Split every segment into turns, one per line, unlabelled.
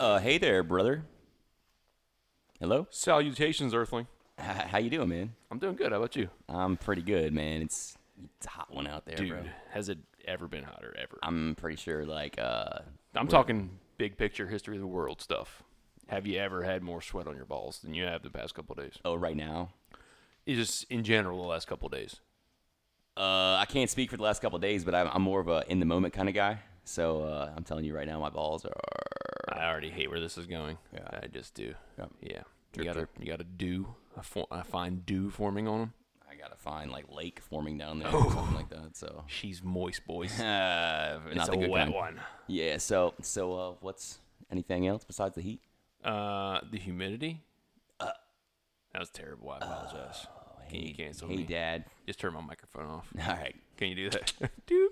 Uh, hey there, brother. Hello.
Salutations, Earthling.
H- how you doing, man?
I'm doing good. How about you,
I'm pretty good, man. It's it's a hot one out there,
dude?
bro.
Has it ever been hotter ever? I'm,
I'm pretty sure, like, uh,
talking big picture history of the world stuff. Have you ever had more sweat on your balls than you have the past couple of days?
oh, right now.
It's just in general the last couple of days.
Uh, I can't speak for the last couple of days, but I'm, I'm more of a in the moment kind of guy. So uh, I'm telling you right now, my balls are.
I already hate where this is going.
Yeah.
I just do.
Yeah.
Yeah.
Drip,
you gotta you gotta do. I, for, I find dew forming on them.
I gotta find like lake forming down there or something like that. So
She's moist, boys.
uh,
it's
not the
a
good
wet
kind.
one.
Yeah. So so uh, what's anything else besides the heat?
Uh, the humidity.
Uh.
that was terrible. I apologize.
Oh,
Can you cancel
Hey,
me?
Dad.
Just turn my microphone off.
All right.
Can you do that? Dude.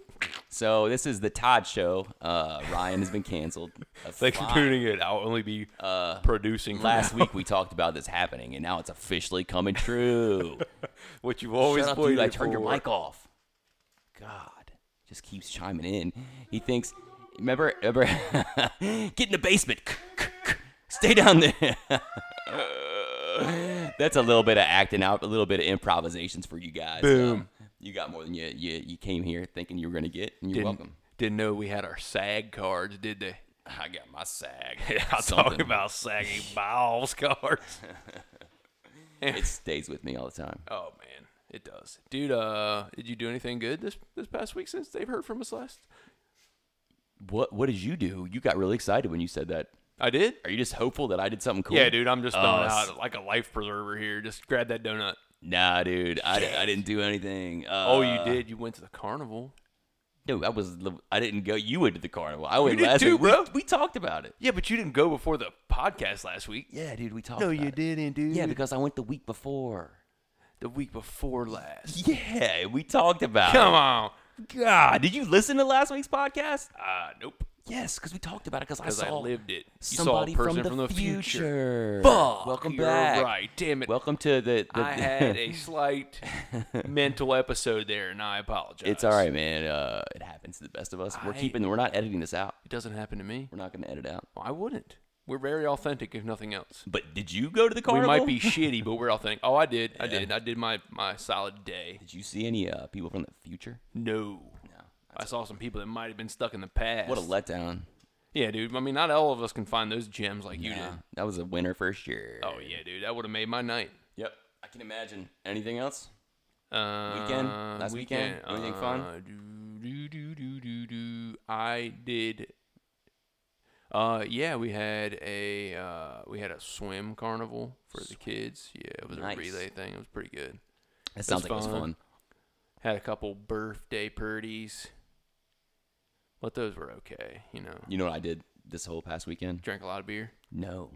So this is the Todd Show. Uh, Ryan has been canceled. A
Thanks for
fine-
tuning in. I'll only be producing from
Last
now,
week we talked about this happening, and now it's officially coming true.
What you've always
Shut up,
played
dude! I
it
turned your
for.
mic off. God, just keeps chiming in. He thinks. Remember, remember, get in the basement. Stay down there. That's a little bit of acting out, a little bit of improvisations for you guys.
Boom.
Uh, you got more than you, you you came here thinking you were gonna get, and you're
Didn't,
welcome.
didn't know we had our SAG cards, did they?
I got my sag.
I'll
Something.
talk about saggy balls cards.
It stays with me all the time.
Oh man, it does, dude. Uh, did you do anything good this this past week since they've heard from us last?
What What did you do? You got really excited when you said that.
I did.
Are you just hopeful that I did something cool?
Yeah, dude. I'm just
Oh,
throwing
s-
out like a life preserver here. Just grab that donut.
Nah, dude. I, di- I didn't do anything. Uh,
oh, you did. You went to the carnival.
No, I was. I didn't go. You went to the carnival. I went
did
last
too,
week. We-
bro.
We, talked about it.
Yeah, but you didn't go before the podcast last week.
Yeah, dude. We talked.
No,
about
you
it.
didn't, dude.
Yeah, because I went the week before.
the week before last.
Yeah, we talked about.
Come on.
it. God, did you listen to last week's podcast?
Uh, nope.
Yes, because we talked about it. Because I
Because
saw
I, lived it. You saw a
somebody
person
from, the future.
Fuck.
Welcome
you're
back.
Right. Damn it.
Welcome to the. the
I had a slight mental episode there, and I apologize.
It's all right, man. Uh, it happens to the best of us. We're
I-
keeping. We're not editing this out.
It doesn't happen to me.
We're not going to edit out.
Well, I wouldn't. We're very authentic, if nothing else.
But did you go to the carnival?
We might be shitty, but we're authentic. Oh, I did. I did. I did my, my solid day.
Did you see any uh, people from the future?
No.
No.
I saw some people that might have been stuck in the past.
What a letdown.
yeah, dude. I mean, not all of us can find those gems like you
Yeah,
did.
that was a winner first year.
Oh, yeah, dude. That would have made my night.
Yep. I can imagine. Anything else?
Uh,
Weekend? Last weekend? Anything fun?
uh, Do, do, do, do, do, do. I did. Uh, yeah, we had a uh, we had a swim carnival for the kids. Yeah, it was
Nice.
a relay thing. It was pretty good.
That sounds like
was
it was
fun.
fun.
Had a couple birthday parties, but those were okay. You know,
You know what I did this whole past weekend?
drank a lot of beer.
No.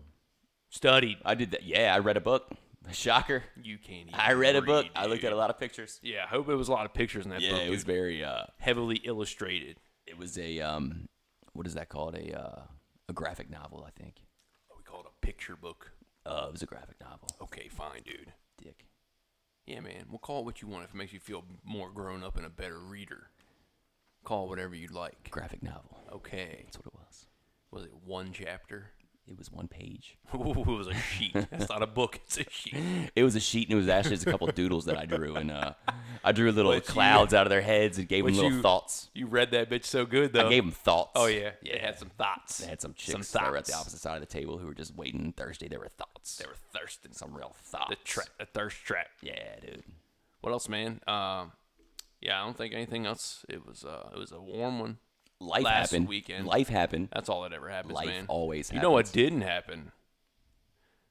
Studied.
I did that. Yeah, I read a book. Shocker.
You can't. Even
I read a book.
read,
I looked at a
dude.
lot of pictures.
Yeah, I hope it was a lot of pictures in that
Yeah,
book.
it was
dude.
very uh
heavily illustrated.
it was a um what is that called? A uh a graphic novel, I think.
We call it a picture book.
Uh, it was a graphic novel.
Okay, fine, dude.
Dick.
Yeah, man. We'll call it what you want if it makes you feel more grown up and a better reader. Call it whatever you like.
Graphic novel.
Okay.
That's what it was.
Was it one chapter?
It was one page.
Ooh, it was a sheet. That's not a book. It's a sheet.
It was a sheet, and it was actually just a couple doodles that I drew, and uh, I drew little
But you-
clouds out of their heads and gave them
but
little
you-
thoughts.
You read that bitch so good though.
I gave them thoughts.
oh yeah. It had some thoughts.
I had some chicks that were at the opposite side of the table who were just waiting thirsty. They were thoughts. They were thirsting. Some real thoughts.
The trap. The thirst trap.
Yeah, dude.
What else, man? Um, yeah, I don't think anything else. It was uh, it was a warm one.
Life
Last
happened.
weekend.
Life happened.
That's all that ever happens,
Life
man.
always
You know what didn't happen?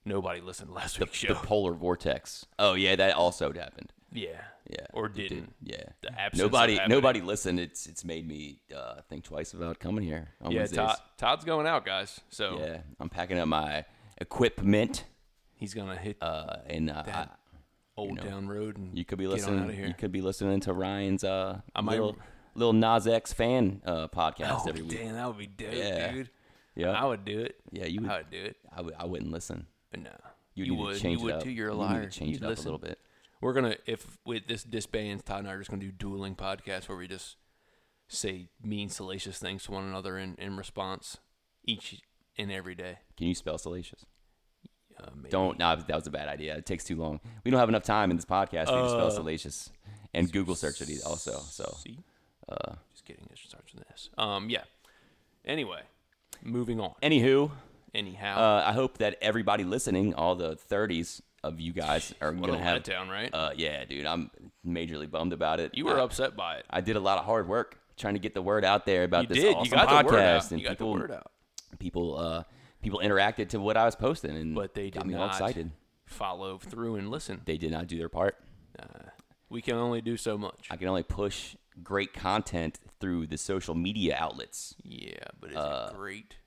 Nobody listened to last week's
The
show.
polar vortex. Oh yeah, that also happened.
yeah.
Yeah.
Or
it did.
didn't.
Yeah.
The absence of
Nobody.
happening.
Nobody listened. It's it's made me uh, think twice about coming here. On
Yeah,
Wednesdays.
Todd, Todd's going out, guys. So
Yeah. I'm packing up my equipment,
he's gonna hit
uh, and uh, I,
Old
know,
Town Road, and
You could be
get on out
listening.
of here.
You could be listening to Ryan's uh,
might-
little little Nas X fan uh, podcast
oh,
every week.
damn, that would be dope,
Yeah.
dude. I
Yeah,
would do it.
yeah. You would.
I
I
would do it.
would- I wouldn't listen.
But no,
You,
you
need
would.
To change
you would
it up.
too. You're a
You need
liar.
to change
You'd
it up
listen.
a little bit.
We're gonna if with this disbands, Todd and I are just gonna do dueling podcasts where we just say mean salacious things to one another in in response. Each in every day.
Can you spell salacious?
Uh, maybe.
Don't. Nah, that was a bad idea. It takes too long. We don't have enough time in this podcast for you to spell
Uh,
salacious and Google search it e, also. So
See?
uh,
Just kidding. It starts with an S. Um, yeah. Anyway, moving on.
Anywho,
Anyhow,
uh, I hope that everybody listening, all the 30s of you guys, are
what a
going to have.
letdown, right?
Uh, yeah, dude, I'm majorly bummed about it.
you were
I,
upset by it.
I did a lot of hard work trying to get the word out there about
You
this
did.
awesome
you got
podcast,
the word out.
and
You got the
people,
word out.
people, uh, people interacted to what I was posting, and
But they
got
did
me all
not
excited.
follow through and listen.
They did not do their part.
Uh, we can only do so much.
I can only push great content through the social media outlets.
yeah, but is
Uh,
it great?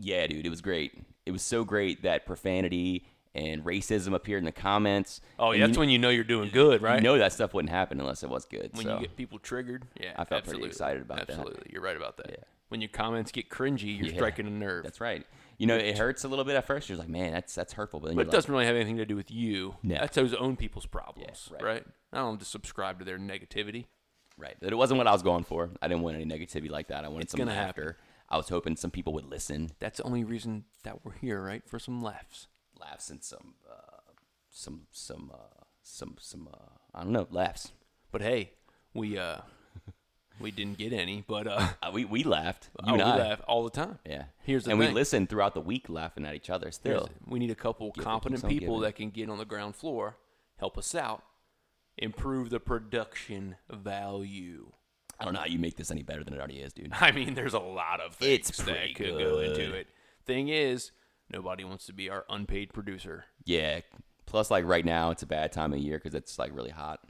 Yeah, dude, it was great. It was so great that profanity and racism appeared in the comments.
Oh,
and
yeah, that's
you,
when you know you're doing good, right?
you know that stuff wouldn't happen unless it was good.
when
so
you get people triggered. Yeah,
I felt pretty
absolutely.
excited about that.
absolutely. You're right about that.
Yeah.
When your comments get cringy, you're
Yeah.
striking a nerve.
that's right. You know, it hurts a little bit at first. You're like, man, that's that's hurtful. But then
but
you're
it
like,
doesn't really have anything to do with you.
No.
That's those own people's problems,
right.
right. I don't just subscribe to their negativity.
right, but it wasn't what I was going for. I didn't want any negativity like that. I wanted
It's
some
gonna
laughter. I was hoping some people would listen,
That's the only reason that we're here, right? For some laughs.
laughs, and some, uh, some, some, uh, some, some. Uh, I don't know, laughs.
But hey, we uh we didn't get any, but uh
Uh, we we laughed. You
oh,
and
we
I.
laugh all the time.
Yeah.
Here's the
and we
thing.
listened throughout the week laughing at each other
There's-
still.
We need a couple
keeps
competent
on
people
giving.
that can get on the ground floor, help us out, improve the production value.
I don't know how you make this any better than it already is, dude.
I mean, there's a lot of things
It's pretty
that could go
good.
into it. Thing is, nobody wants to be our unpaid producer.
Yeah. Plus, like right now, it's a bad time of year because it's like really hot.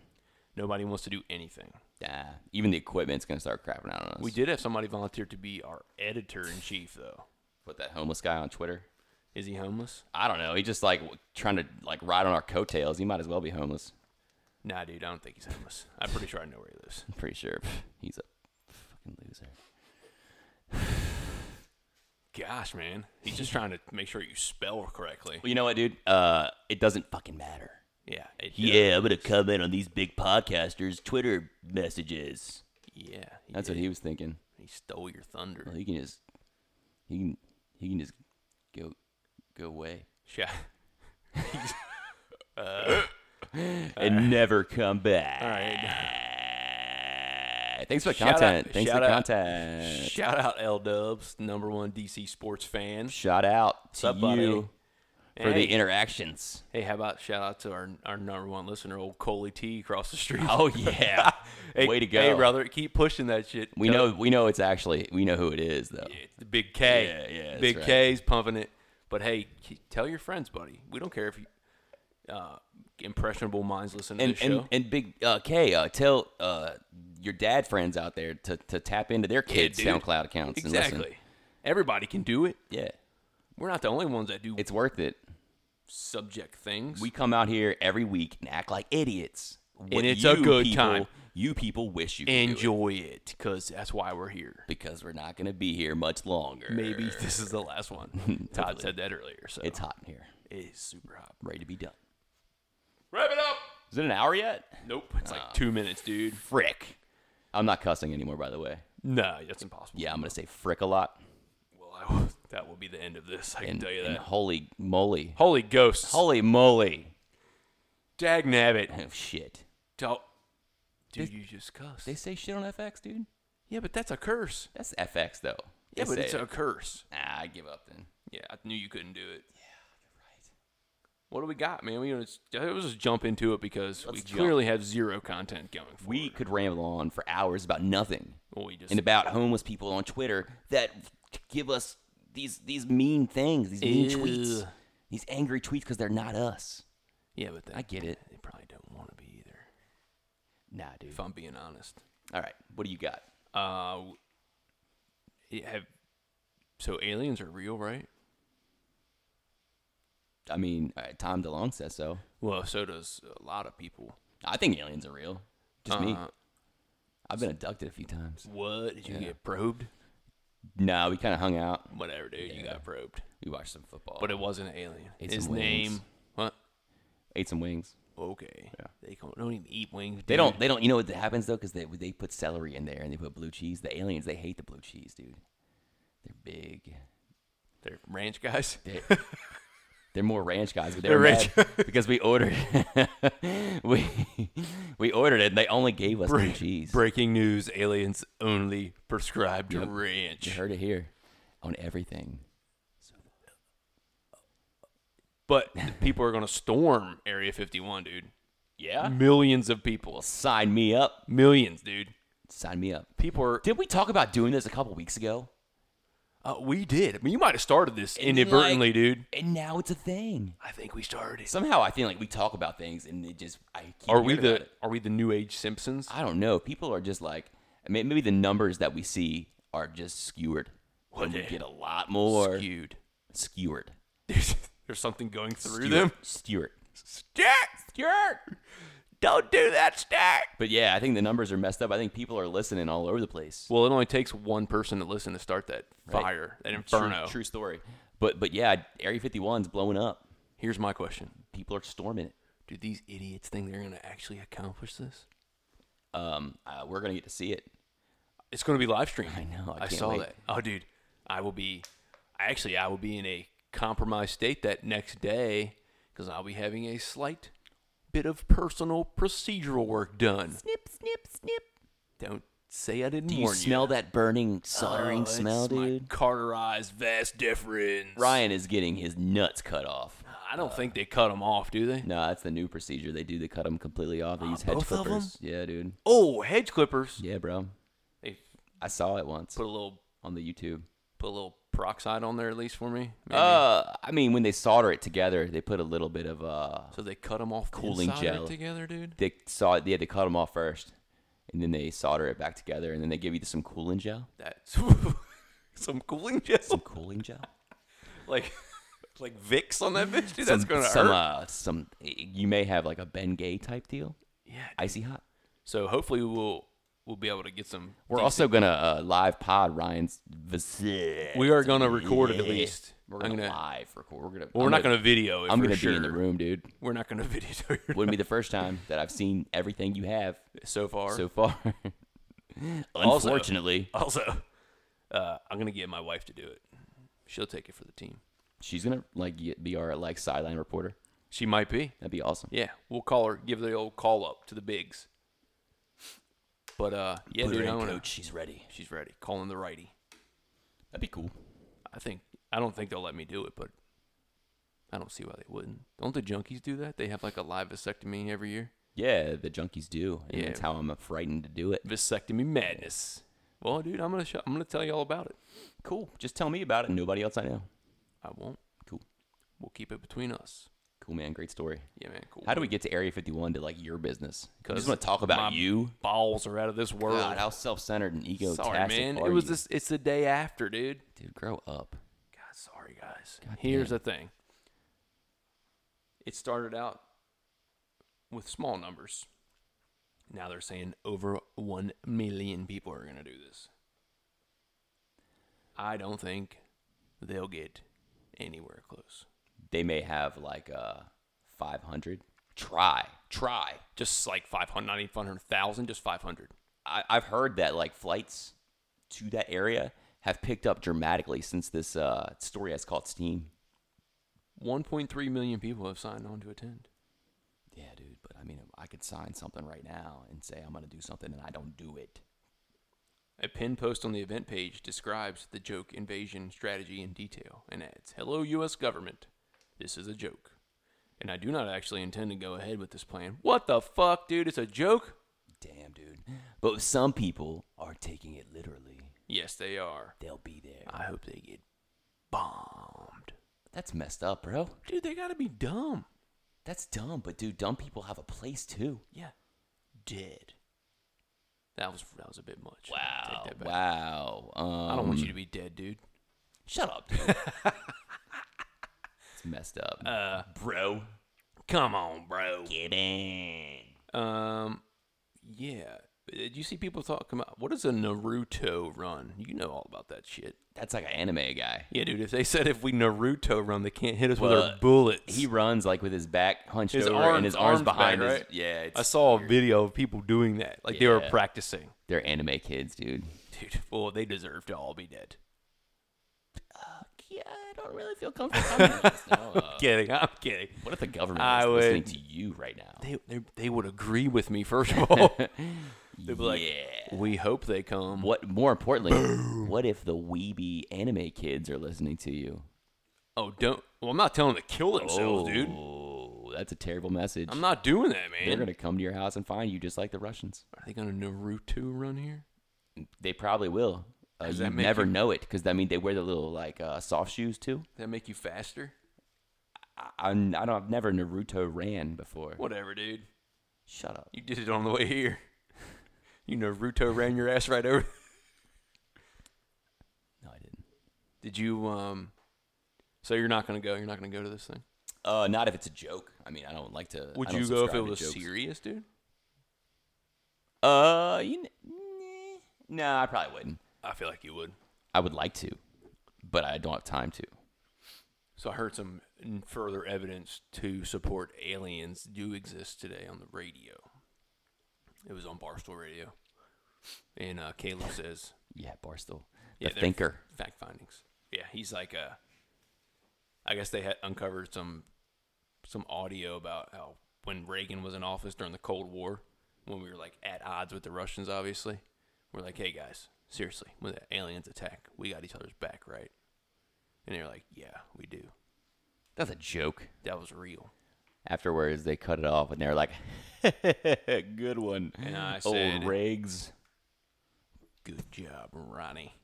Nobody wants to do anything.
Yeah. Even the equipment's gonna start crapping out on us.
We did have somebody volunteer to be our editor in chief, though.
put that homeless guy on Twitter.
Is he homeless?
I don't know. He just like w- trying to like ride on our coattails. He might as well be homeless.
Nah, dude, I don't think he's homeless. I'm pretty sure I know where he lives.
I'm pretty sure he's a fucking loser.
Gosh, man, he's just trying to make sure you spell correctly.
Well, you know what, dude? Uh, it doesn't fucking matter.
Yeah, it does.
Yeah, I'm gonna comment on these big podcasters' Twitter messages.
yeah. He
That's
did.
what he was thinking.
He stole your thunder.
Well, he can just he can he can just go go away
Yeah.
and never come back.
All right.
Thanks for the
Shout out-
content. Thanks for
shout
the
out-
content.
Shout out L Dubs, number one DC sports fan.
Shout out to
up, buddy?
you for
hey,
the interactions.
hey, how about shout out to our, our number one listener, old Coley T across the street.
Oh yeah,
Hey,
way to go,
Hey, brother, keep pushing that shit.
We know we know it's actually we know who it is though.
It's the Big K.
Yeah, yeah, that's
Big
right.
K's pumping it. But hey, k- tell your friends, buddy. We don't care if you uh, impressionable minds listen to
And
this
and
show.
and big uh, K, uh, tell uh, your dad friends out there to, to tap into their kids'
dude.
SoundCloud accounts. And listen.
exactly. Everybody can do it.
Yeah,
We're not the only ones that do
it's worth it.
subject things.
We come out here every week and act like idiots. What
it's a
you
good
people-
time.
You people wish you could do it,
enjoy it because that's why we're here.
because we're not going to be here much longer.
Maybe this is the last one. Todd said that earlier, so
it's hot in here,
it is super hot.
ready to be done.
Wrap it up.
Is it an hour yet?
Nope, it's like two minutes, dude.
Frick. I'm not cussing anymore, by the way.
No, that's impossible.
Yeah, I'm going to say frick a lot.
Well, I will, that will be the end of this. I
And,
can tell you
and
that.
holy moly.
Holy ghosts. Holy
Holy moly.
dag nabbit.
Oh, shit.
Don't. Dude, you just cussed.
They say shit on FX, dude.
yeah, but that's a curse.
That's FX, though.
Yeah,
They
but
say
it's
it.
a curse.
Nah, I give up then.
Yeah, I knew you couldn't do it. Yeah, What do we got, man? We gonna just, let's just jump into it because we
jump.
clearly have zero content going. Forward.
We could ramble on for hours about nothing.
well, we just
and about homeless people on Twitter that give us these these mean things, these mean tweets,
Ew.
these angry tweets because they're not us.
Yeah, but they,
I get it.
They probably don't want to be either.
Nah, dude.
If I'm being honest,
All right, what do you got?
uh, w- yeah, have so aliens are real, right?
I mean, all right, Tom DeLong says so.
Well, so does a lot of people.
I think aliens are real. Just me.
Uh,
I've been abducted a few times.
What did you get probed?
Nah, we kind of hung out.
Whatever, dude, you got probed,
We watched some football.
but it wasn't an alien.
Ate
His
some wings.
name? What?
ate some wings.
Okay. They don't, don't even eat wings.
They
dude.
don't. They don't. You know what happens though, because they they put celery in there and they put blue cheese. The aliens they hate the blue cheese, dude. They're big.
They're ranch guys.
They- They're more ranch guys, but they
They're
were
ranch
mad because we ordered we we ordered it. and They only gave us blue cheese.
Breaking news: Aliens only prescribed to ranch.
You heard it here on everything.
But people are gonna storm Area 51, dude.
Yeah,
Millions of people.
Mm. sign me up.
Millions, dude.
Sign me up.
People are.
Did we talk about doing this a couple weeks ago?
Uh, we did. I mean, you might have started this
And then,
inadvertently,
like-
dude.
And now it's a thing.
I think we started. it.
Somehow I feel like we talk about things and it just I keep
Are we
hearing about
the
it.
Are we the New Age Simpsons?
I don't know. People are just like I mean, maybe the numbers that we see are just skewered. and we
the
get a lot more
Skewed.
skewered.
There's, there's something going through
Stewart.
them.
Stewart.
Stack, don't do that, Stack.
But yeah, I think the numbers are messed up. I think people are listening all over the place.
Well, it only takes one person to listen to start that
Right.
fire, that
True-
inferno.
True, story. But but yeah, Area 51's blowing up.
Here's my question:
People are storming it.
Do these idiots think they're gonna actually accomplish this?
Um, uh, we're gonna get to see it.
It's gonna be live streamed.
I know, I
I,
can't
saw
wait.
that. Oh, dude, I will be. Actually, I will be in a compromised state that next day because I'll be having a slight bit of personal procedural work done.
Snip, snip, snip.
Don't say I didn't
Do you
warn
smell that burning, soldering
Oh, it's
smell,
my
dude?
Carterized vast difference.
Ryan is getting his nuts cut off.
I don't think they cut them off, do they?
No, that's the new procedure. They do. They cut them completely off. They use hedge
Ah, both of 'em?
clippers. Yeah, dude.
Oh, hedge clippers.
Yeah, bro.
They
I saw it once
put a little
on the YouTube.
put a little peroxide on there at least for me. maybe.
Uh, I mean, when they solder it together, they put a little bit of uh,
so they cut them off.
cooling
inside of it
gel.
together, dude.
they saw it. Yeah, they cut them off first, and then they solder it back together, and then they give you some cooling gel.
That's some cooling
Some
gel,
cooling gel.
like like Vicks on that bitch, dude.
some,
That's gonna
some,
hurt.
Uh, some. You may have like a Ben Gay type deal.
yeah.
Icy hot.
So hopefully we'll we'll be able to get some.
We're also gonna uh, live pod Ryan's. Visit.
we are gonna record it at least.
We're
I'm
gonna,
gonna-
live record. We're gonna.
Well,
I'm
we're not gonna video it.
I'm
for
gonna
sure.
be in the room, dude.
We're not gonna video it
Wouldn't be the first time that I've seen everything you have
so far.
so far.
Also-
Unfortunately,
Also, uh, I'm gonna get my wife to do it. She'll take it for the team.
she's gonna like get- be our like sideline reporter.
She might be.
That'd be awesome.
Yeah, we'll call her. Give the old call up to the bigs. But uh, yeah,
Put her
dude,
in,
I wanna,
She's ready.
she's ready. Calling the righty.
That'd be cool.
I think I don't think they'll let me do it, but I don't see why they wouldn't. Don't the junkies do that? They have like a live vasectomy every year.
Yeah, the junkies do, and
Yeah.
that's how I'm frightened to do it.
Vasectomy madness. Well, dude, I'm gonna sh- I'm gonna tell you all about it.
Cool. Just tell me about it. Nobody else I know.
I won't.
Cool.
We'll keep it between us.
Cool, man. Great story.
Yeah, man. Cool.
How do we get to Area 51 to like your business? I just
'Cause
want to talk about
my
you.
Balls are out of this world.
God, how self-centered and egotastic
Sorry, man.
are
It was
you?
this. It's the day after, dude.
Dude, grow up.
God, sorry, guys. Here's the thing. It started out with small numbers. Now they're saying over one million people are gonna do this. I don't think they'll get anywhere close.
They may have like uh 500. Try, try.
Just like 500, not even 500,000, just 500.
I, I've heard that like flights to that area have picked up dramatically since this uh, story has caught steam.
1.3 million people have signed on to attend.
Yeah, dude, but I mean, I could sign something right now and say I'm going to do something and I don't do it.
A pin post on the event page describes the joke invasion strategy in detail and adds Hello, U.S. government. This is a joke. And I do not actually intend to go ahead with this plan. What the fuck, dude? It's a joke?
Damn, dude. But some people are taking it literally.
Yes, they are.
They'll be there.
I hope they get bombed.
Uh, That's messed up, bro.
Dude, they gotta be dumb.
That's dumb, but dude, dumb people have a place too.
Yeah. Dead. That was that was a bit much.
Wow.
Take that back.
Wow. Um,
I don't want you to be dead, dude.
Shut up, dude. it's messed up.
Uh,
bro.
come on, bro.
Get in.
Um, yeah. Did you see people talking about what is a Naruto run? You know all about that shit.
That's like an anime guy.
Yeah, dude. If they said if we Naruto run, they can't hit us with our
But
bullets.
He runs like with his back hunched
His
over
arms-
and his arms,
arms back,
behind his.
right?
Yeah, it's,
I saw a video of people doing that. Like they were
Yeah.
practicing.
they're anime kids, dude.
Dude, well, they deserve to all be dead.
yeah, I don't really feel comfortable commenting on this now. Uh,
Kidding. I'm kidding.
what if the government
I
is listening
would-
to you right now?
They, they, they would agree with me, first of all. They'd be like,
yeah.
we hope they come.
What? More importantly, what if the weeby anime kids are listening to you?
Oh, don't. Well, I'm not telling them to kill themselves, dude.
Oh, that's a terrible message.
I'm not doing that, man.
They're gonna come to your house and find you just like the Russians.
Are they going to Naruto run here?
They probably will. Uh,
Does
you
that make
never
you-
know it because I mean they wear the little like uh, soft shoes too.
Does that make you faster?
I, I'm, I don't. I've never Naruto ran before.
Whatever, dude.
Shut up.
You did it on the way here. You Naruto ran your ass right over.
No, I didn't.
Did you, um. So you're not going to go? You're not going to go to this thing?
Uh, not if it's a joke. I mean, I don't like to.
Would
I don't
you go if
subscribe
it
to
was
jokes.
serious, dude?
Uh, you. kn- nah. No, I probably wouldn't.
I feel like you would.
I would like to, but I don't have time to.
So I heard some n- further evidence to support aliens do exist today on the radio. It was on Barstool Radio, and uh, Caleb says
Yeah, Barstool.
Yeah,
the
they're-
thinker.
fact findings. Yeah, he's like uh I guess they had uncovered some some audio about how when Reagan was in office during the Cold War, when we were like at odds with the Russians, obviously, we're like, hey guys, seriously, when the aliens attack, we got each other's back, right? And they're like, yeah, we do.
That's a joke.
That was real.
Afterwards, they cut it off and they're like, "Good one."
And I said,
"Old rigs."
Good job, Ronnie.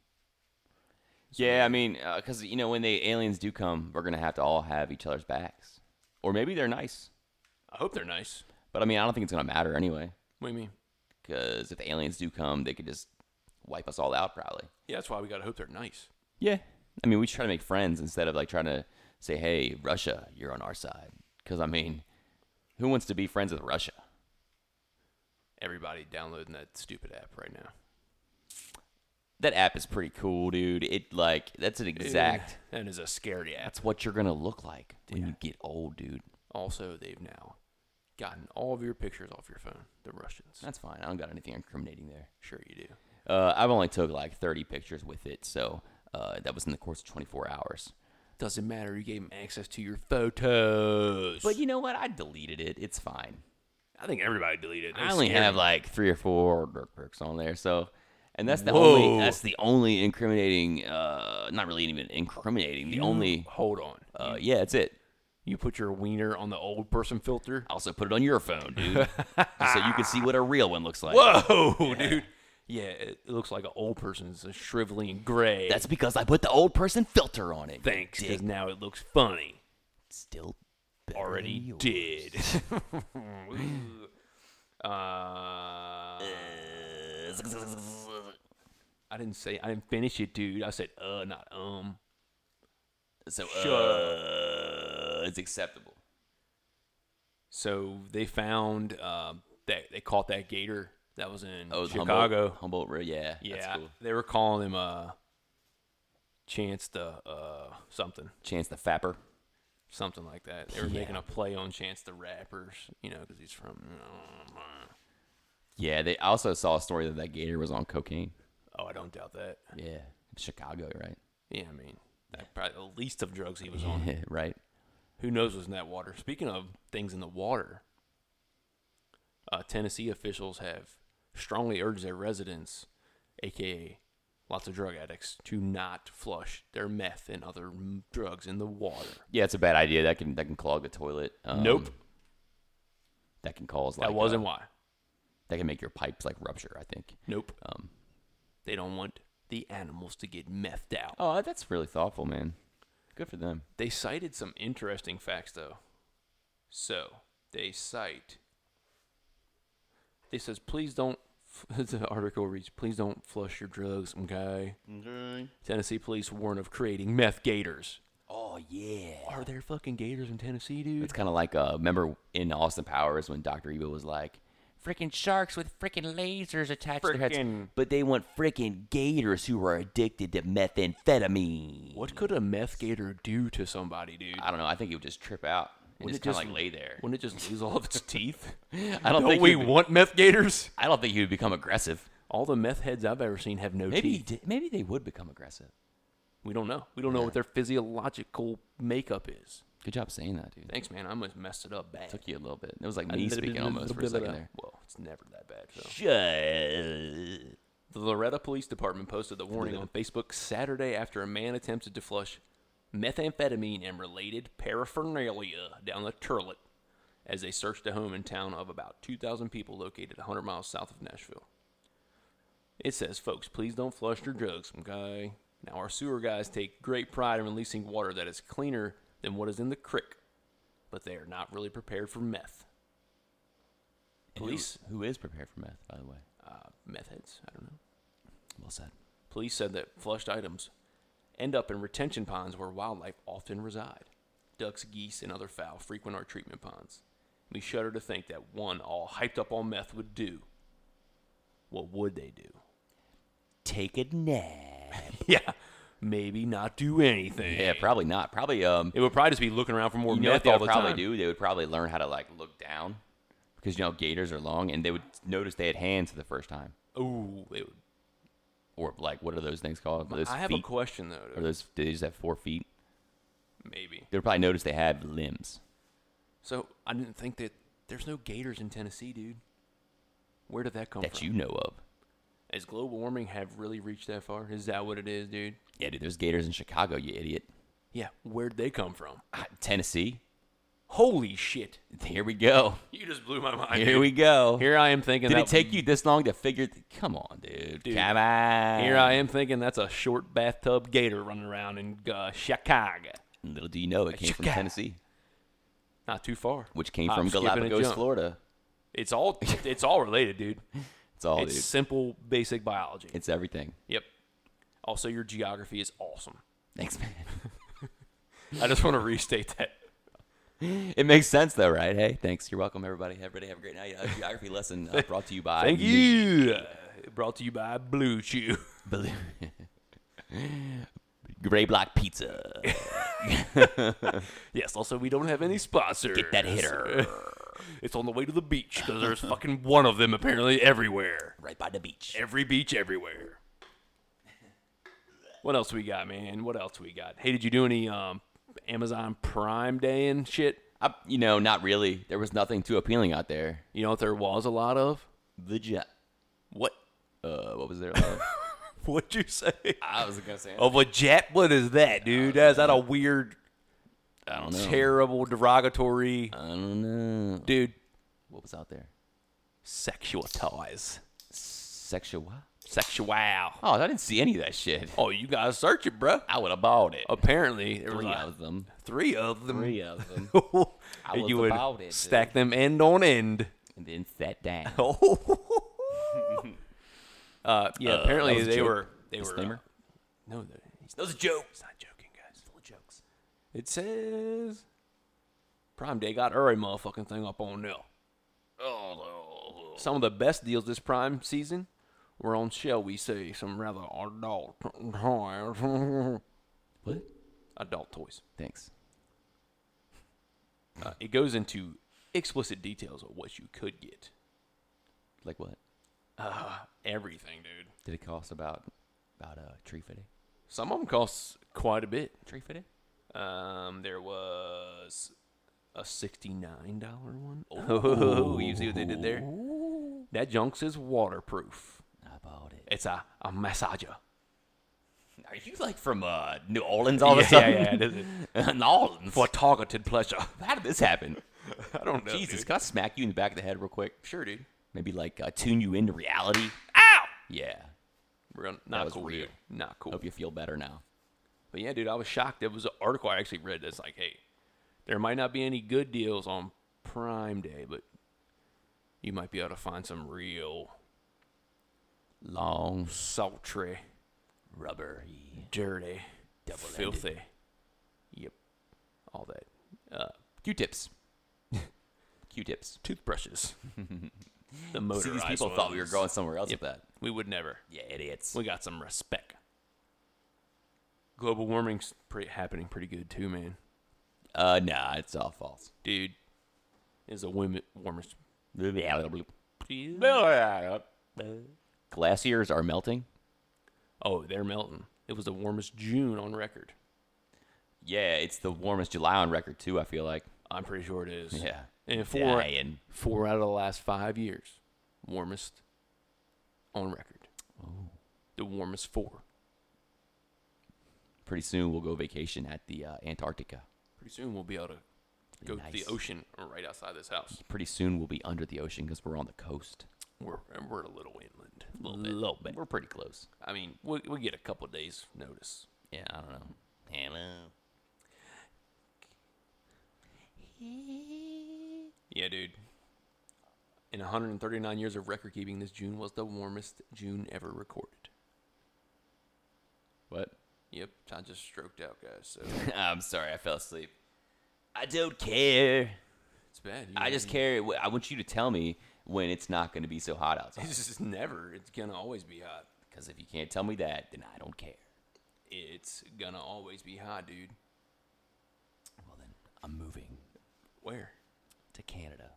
Yeah, I mean, because you know, when the aliens do come, we're gonna have to all have each other's backs, or maybe they're nice.
I hope they're nice.
But I mean, I don't think it's gonna matter anyway.
What do you mean?
Because if the aliens do come, they could just wipe us all out, probably.
Yeah, that's why we gotta hope they're nice.
Yeah. I mean, we should try to make friends instead of like trying to say, "Hey, Russia, you're on our side." Because I mean, who wants to be friends with Russia?
Everybody downloading that stupid app right now.
That app is pretty cool, dude. It like that's an exact.
Yeah, That is a scary app.
That's what you're gonna look like when you get old, dude.
Also, they've now gotten all of your pictures off your phone. The Russians.
That's fine. I don't got anything incriminating there.
Sure you do.
Uh, I've only took like 30 pictures with it, so uh, that was in the course of 24 hours.
Doesn't matter. You gave them access to your photos.
But you know what? I deleted it. It's fine.
I think everybody deleted.
I only have like three or four dirt perks on there, so and that's the
Whoa.
only that's the only incriminating. Uh, not really even incriminating. The only.
Hold on.
Uh, yeah, that's it.
you put your wiener on the old person filter.
I also put it on your phone, dude, just so you can see what a real one looks like.
Whoa, Oh, dude. Yeah, it it looks like an old person's shriveling and gray.
That's because I put the old person filter on it. you
thanks,
dick.
because now it looks funny.
Still better
already
than yours.
did. uh, I didn't say I didn't finish it, dude. I said uh, not um.
So
Sure.
uh, it's acceptable.
So they found um, that they caught that gator that was in
Oh, the
Chicago.
Humboldt, Humboldt River. Yeah,
Yeah,
that's cool.
they were calling him uh, Chance the uh something,
Chance the Fapper.
something like that. They were
Yeah.
making a play on Chance the Rappers, you know, because he's from. uh,
Yeah, they I also saw a story that that gator was on cocaine.
Oh, I don't doubt that.
Yeah, Chicago, right?
Yeah, I mean, that probably the least of drugs he was on.
right.
Who knows what's in that water? Speaking of things in the water, uh, Tennessee officials have strongly urged their residents, aka lots of drug addicts, to not flush their meth and other m- drugs in the water.
Yeah, it's a bad idea. That can that can clog the toilet. Um,
nope,
That can cause like
that wasn't
uh,
why.
that can make your pipes like rupture. I think.
Nope,
Um.
they don't want the animals to get methed out.
Oh, that's really thoughtful, man. Good for them.
They cited some interesting facts, though. So they cite. They says, please don't. The article reads, please don't flush your drugs, okay? Tennessee police warn of creating meth gators.
Oh yeah.
Are there fucking gators in Tennessee, dude?
It's kind of like uh, remember in Austin Powers when Doctor Evil was like,
freaking sharks with freaking lasers attached to their heads.
Frickin'
but they want freaking gators who are addicted to methamphetamine.
what could a meth gator do to somebody, dude?
I don't know. I think he would just trip out and
Wouldn't
just
it
kind of
just-
like lay there.
Wouldn't it just lose all of its teeth?
I don't, think
we
he would,
want meth gators?
I don't think he would become aggressive.
All the meth heads I've ever seen have no
Maybe he
teeth.
did, maybe they would become aggressive.
We don't know. We don't know what their physiological makeup is.
Good job saying that, dude.
Thanks, man. I almost messed it up bad.
Took you a little bit. It was like
A
me
little bit,
speaking
little
almost for a
bit,
second
uh,
there.
Well, it's never that bad. So.
Shut.
The Loretta Police Department posted the warning on Facebook Saturday after a man attempted to flush methamphetamine and related paraphernalia down the toilet as they searched a home in town of about 2,000 people located 100 miles south of Nashville. It says, folks, please don't flush your drugs, okay? Now, our sewer guys take great pride in releasing water that is cleaner than what is in the creek, but they are not really prepared for meth. Police,
Who is prepared for meth, by the way?
uh, meth heads, I don't know.
Well said.
Police said that flushed items end up in retention ponds where wildlife often reside. Ducks, geese, and other fowl frequent our treatment ponds. We shudder to think that one all hyped up on meth would do. What would they do?
Take a nap.
yeah, maybe not do anything.
Yeah, probably not. Probably um.
It would probably just be looking around for more
you know what
meth
they
all
would
the
probably
time.
do? They would probably learn how to like look down, because you know gators are long, and they would notice they had hands for the first time,
Ooh, it would.
or like what are those things called? Those
I have
feet?
a question though.
Are those? Do they just have four feet?
maybe.
They would probably notice they had limbs.
So I didn't think that there's no gators in Tennessee, dude. Where did that come
that
from?
you know of.
Has global warming have really reached that far? Is that what it is, dude?
Yeah, dude, there's gators in Chicago, you idiot.
Yeah, where'd they come from?
Ah, Tennessee.
Holy shit!
Here we go.
You just blew my mind.
Here we go.
Here I am thinking.
Did
that,
it take you this long to figure? th- Come on, dude.
Dude.
Come on.
Here I am thinking that's a short bathtub gator running around in uh, Chicago.
Little do you know, it came from
Chicago.
Tennessee,
Not too far.
which came
Hop,
from
skip, and a
Galapagos,
jump.
Florida.
It's all it's all related, dude.
It's all,
it's
dude.
simple, basic biology.
It's everything.
yep. Also, your geography is awesome.
Thanks, man.
I just want to restate that.
It makes sense though, right? Hey, thanks. You're welcome, everybody. Everybody have a great night. A geography lesson uh, brought to you by.
Thank
me.
you. Brought to you by Blue Chew.
Bel- Gray Block Pizza.
Yes. Also, we don't have any sponsors.
Get that hitter
It's on the way to the beach because there's fucking one of them apparently everywhere.
right by the beach.
Every beach, everywhere. What else we got, man? What else we got? Hey, did you do any um, Amazon Prime Day and shit?
I, you know, not really. There was nothing too appealing out there.
You know what there was a lot of?
The jet.
What?
Uh, what was there? Uh,
What'd you say?
I was gonna say.
Of a jet? What is that, dude? That's not a weird,
I don't know.
terrible, derogatory,
I don't know.
dude.
What was out there?
Sexual ties.
Sexual.
Sexual.
Oh, I didn't see any of that shit.
Oh, you gotta search it, bruh.
I would have bought it.
Apparently, there
Three
was a-
of them.
three of them.
of them.
I
was
you would
about it, dude.
stack them end on end. Oh.
and then sat down.
uh, yeah,
Uh, that
apparently
was a
they
joke.
were they
Disclaimer.
were. Uh, no, they- he's not,
was a joke.
he's not joking, guys. Full of jokes. It says Prime Day got every motherfucking thing up on now. Some of the best deals this prime season were on, shall we say, some rather adult toys.
What?
adult toys.
Thanks.
Uh, it goes into explicit details of what you could get.
Like what?
Everything, dude.
Did it cost about about a tree fitting?
Some of them cost quite a bit.
Tree fitting?
Um, there was a sixty-nine dollar one. Oh, you see what they did there? That junk says waterproof.
I bought it.
It's a, a massager.
Are you like from uh, New Orleans all of a
Yeah, yeah,
sudden?
yeah, it is.
New Orleans.
For targeted pleasure.
How did this happen?
I don't know.
Jesus,
dude.
can I smack you in the back of the head real quick?
Sure, dude.
Maybe like uh, tune you into reality.
Ow!
Yeah.
Real, not that
was
cool,
real.
dude. Not cool.
Hope you feel better now.
But yeah, dude, I was shocked. There was an article I actually read that's like, hey, there might not be any good deals on Prime Day, but you might be able to find some real
Long,
sultry,
rubbery.
dirty,
Double-ended.
filthy. Yep. All that. Uh,
Q-tips. Q-tips.
toothbrushes.
See,
the motorized
these people thought we were
ones.
going somewhere else
Yep.
with that.
We would never.
Yeah, idiots.
We got some respect. Global warming's pretty, happening pretty good too, man.
Uh, nah, it's all false.
Dude, is the women warmest.
Glaciers are melting.
Oh, they're melting. It was the warmest June on record.
Yeah, it's the warmest July on record too. I feel like.
I'm pretty sure it is.
Yeah.
And four,
Dying.
four out of the last five years, warmest on record. Oh. The warmest four.
Pretty soon we'll go vacation at the uh, Antarctica.
Pretty soon we'll be able to
Be
go to
nice.
the ocean right outside this house.
Pretty soon we'll be under the ocean because we're on the coast.
We're we're a little inland, a little
A
bit.
little bit. We're pretty close.
I mean, we we get a couple days notice.
Yeah, I don't know. Hello.
Yeah, dude. In 139 years of record keeping, this June was the warmest June ever recorded.
What?
Yep, I just stroked out, guys. So
I'm sorry, I fell asleep. I don't care.
it's bad. you
I
know,
just
you-
care. I want you to tell me when it's not going to be so hot outside.
This is never. It's gonna always be hot.
Because if you can't tell me that, then I don't care.
It's gonna always be hot, dude.
Well, then I'm moving
Where?
to Canada.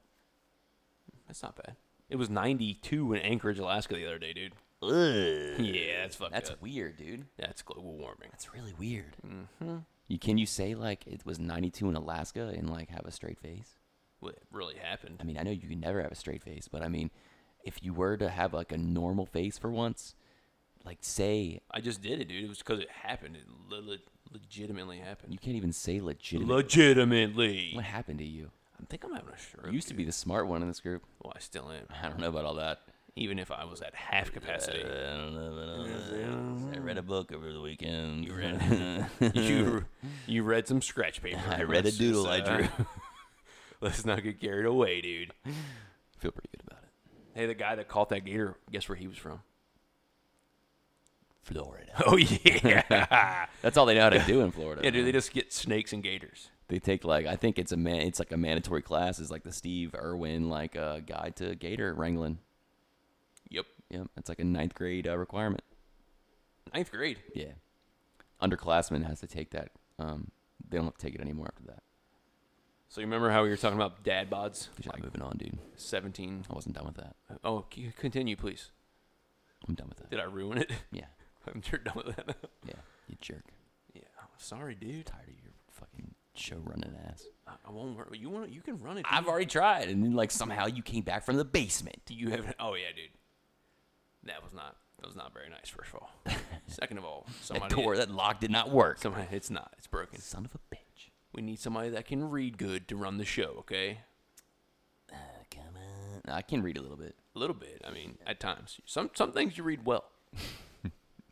That's not bad. It was 92 in Anchorage, Alaska, the other day, dude.
Ugh.
Yeah, that's fucked
That's
up.
weird, dude.
That's global warming.
That's really weird. Mm-hmm. You can you say like it was 92 in Alaska and like have a straight face?
What really happened?
I mean, I know you can never have a straight face, but I mean, if you were to have like a normal face for once, like say
I just did it, dude. It was because it happened. It le- le- legitimately happened.
you can't even say legitimate.
legitimately.
what happened to you?
I think I'm having a stroke.
You used to be
dude.
the smart one in this group.
Well, I still am.
I don't know about all that.
Even if I was at half capacity,
I don't know about all that. I read a book over the weekend. You read
you you read some scratch paper.
I read a
Let's
doodle I
just,
drew.
uh, Let's not get carried away, dude.
Feel pretty good about it.
Hey, the guy that caught that gator, guess where he was from?
Florida.
Oh yeah,
That's all they know how to do in Florida.
yeah, dude. They
man.
just get snakes and gators.
They take like I think it's a man. It's like a mandatory class. Is like the Steve Irwin like uh, guide to gator wrangling.
Yep.
Yep, it's like a ninth grade uh, requirement.
Ninth grade.
Yeah, underclassmen has to take that. Um, they don't have to take it anymore after that.
So you remember how we were talking about dad bods?
Good job moving on, dude.
17.
I wasn't done with that.
Oh, c- continue, please.
I'm done with that.
Did I ruin it?
Yeah,
I'm sure done with that.
yeah. You jerk.
yeah, I'm sorry, dude.
tired of your fucking show running ass.
I, I won't worry. You want? You can run it.
I've already tried, and then like somehow you came back from the basement.
Do you have? Oh yeah, dude. That was not. That was not very nice. First of all. Second of all,
That
somebody.
door, that lock did not work.
Somebody. It's not. It's broken.
Son of a bitch.
We need somebody that can read good to run the show. Okay.
Uh, come on. I can read a little bit.
A little bit. I mean, at times. Some some things you read well.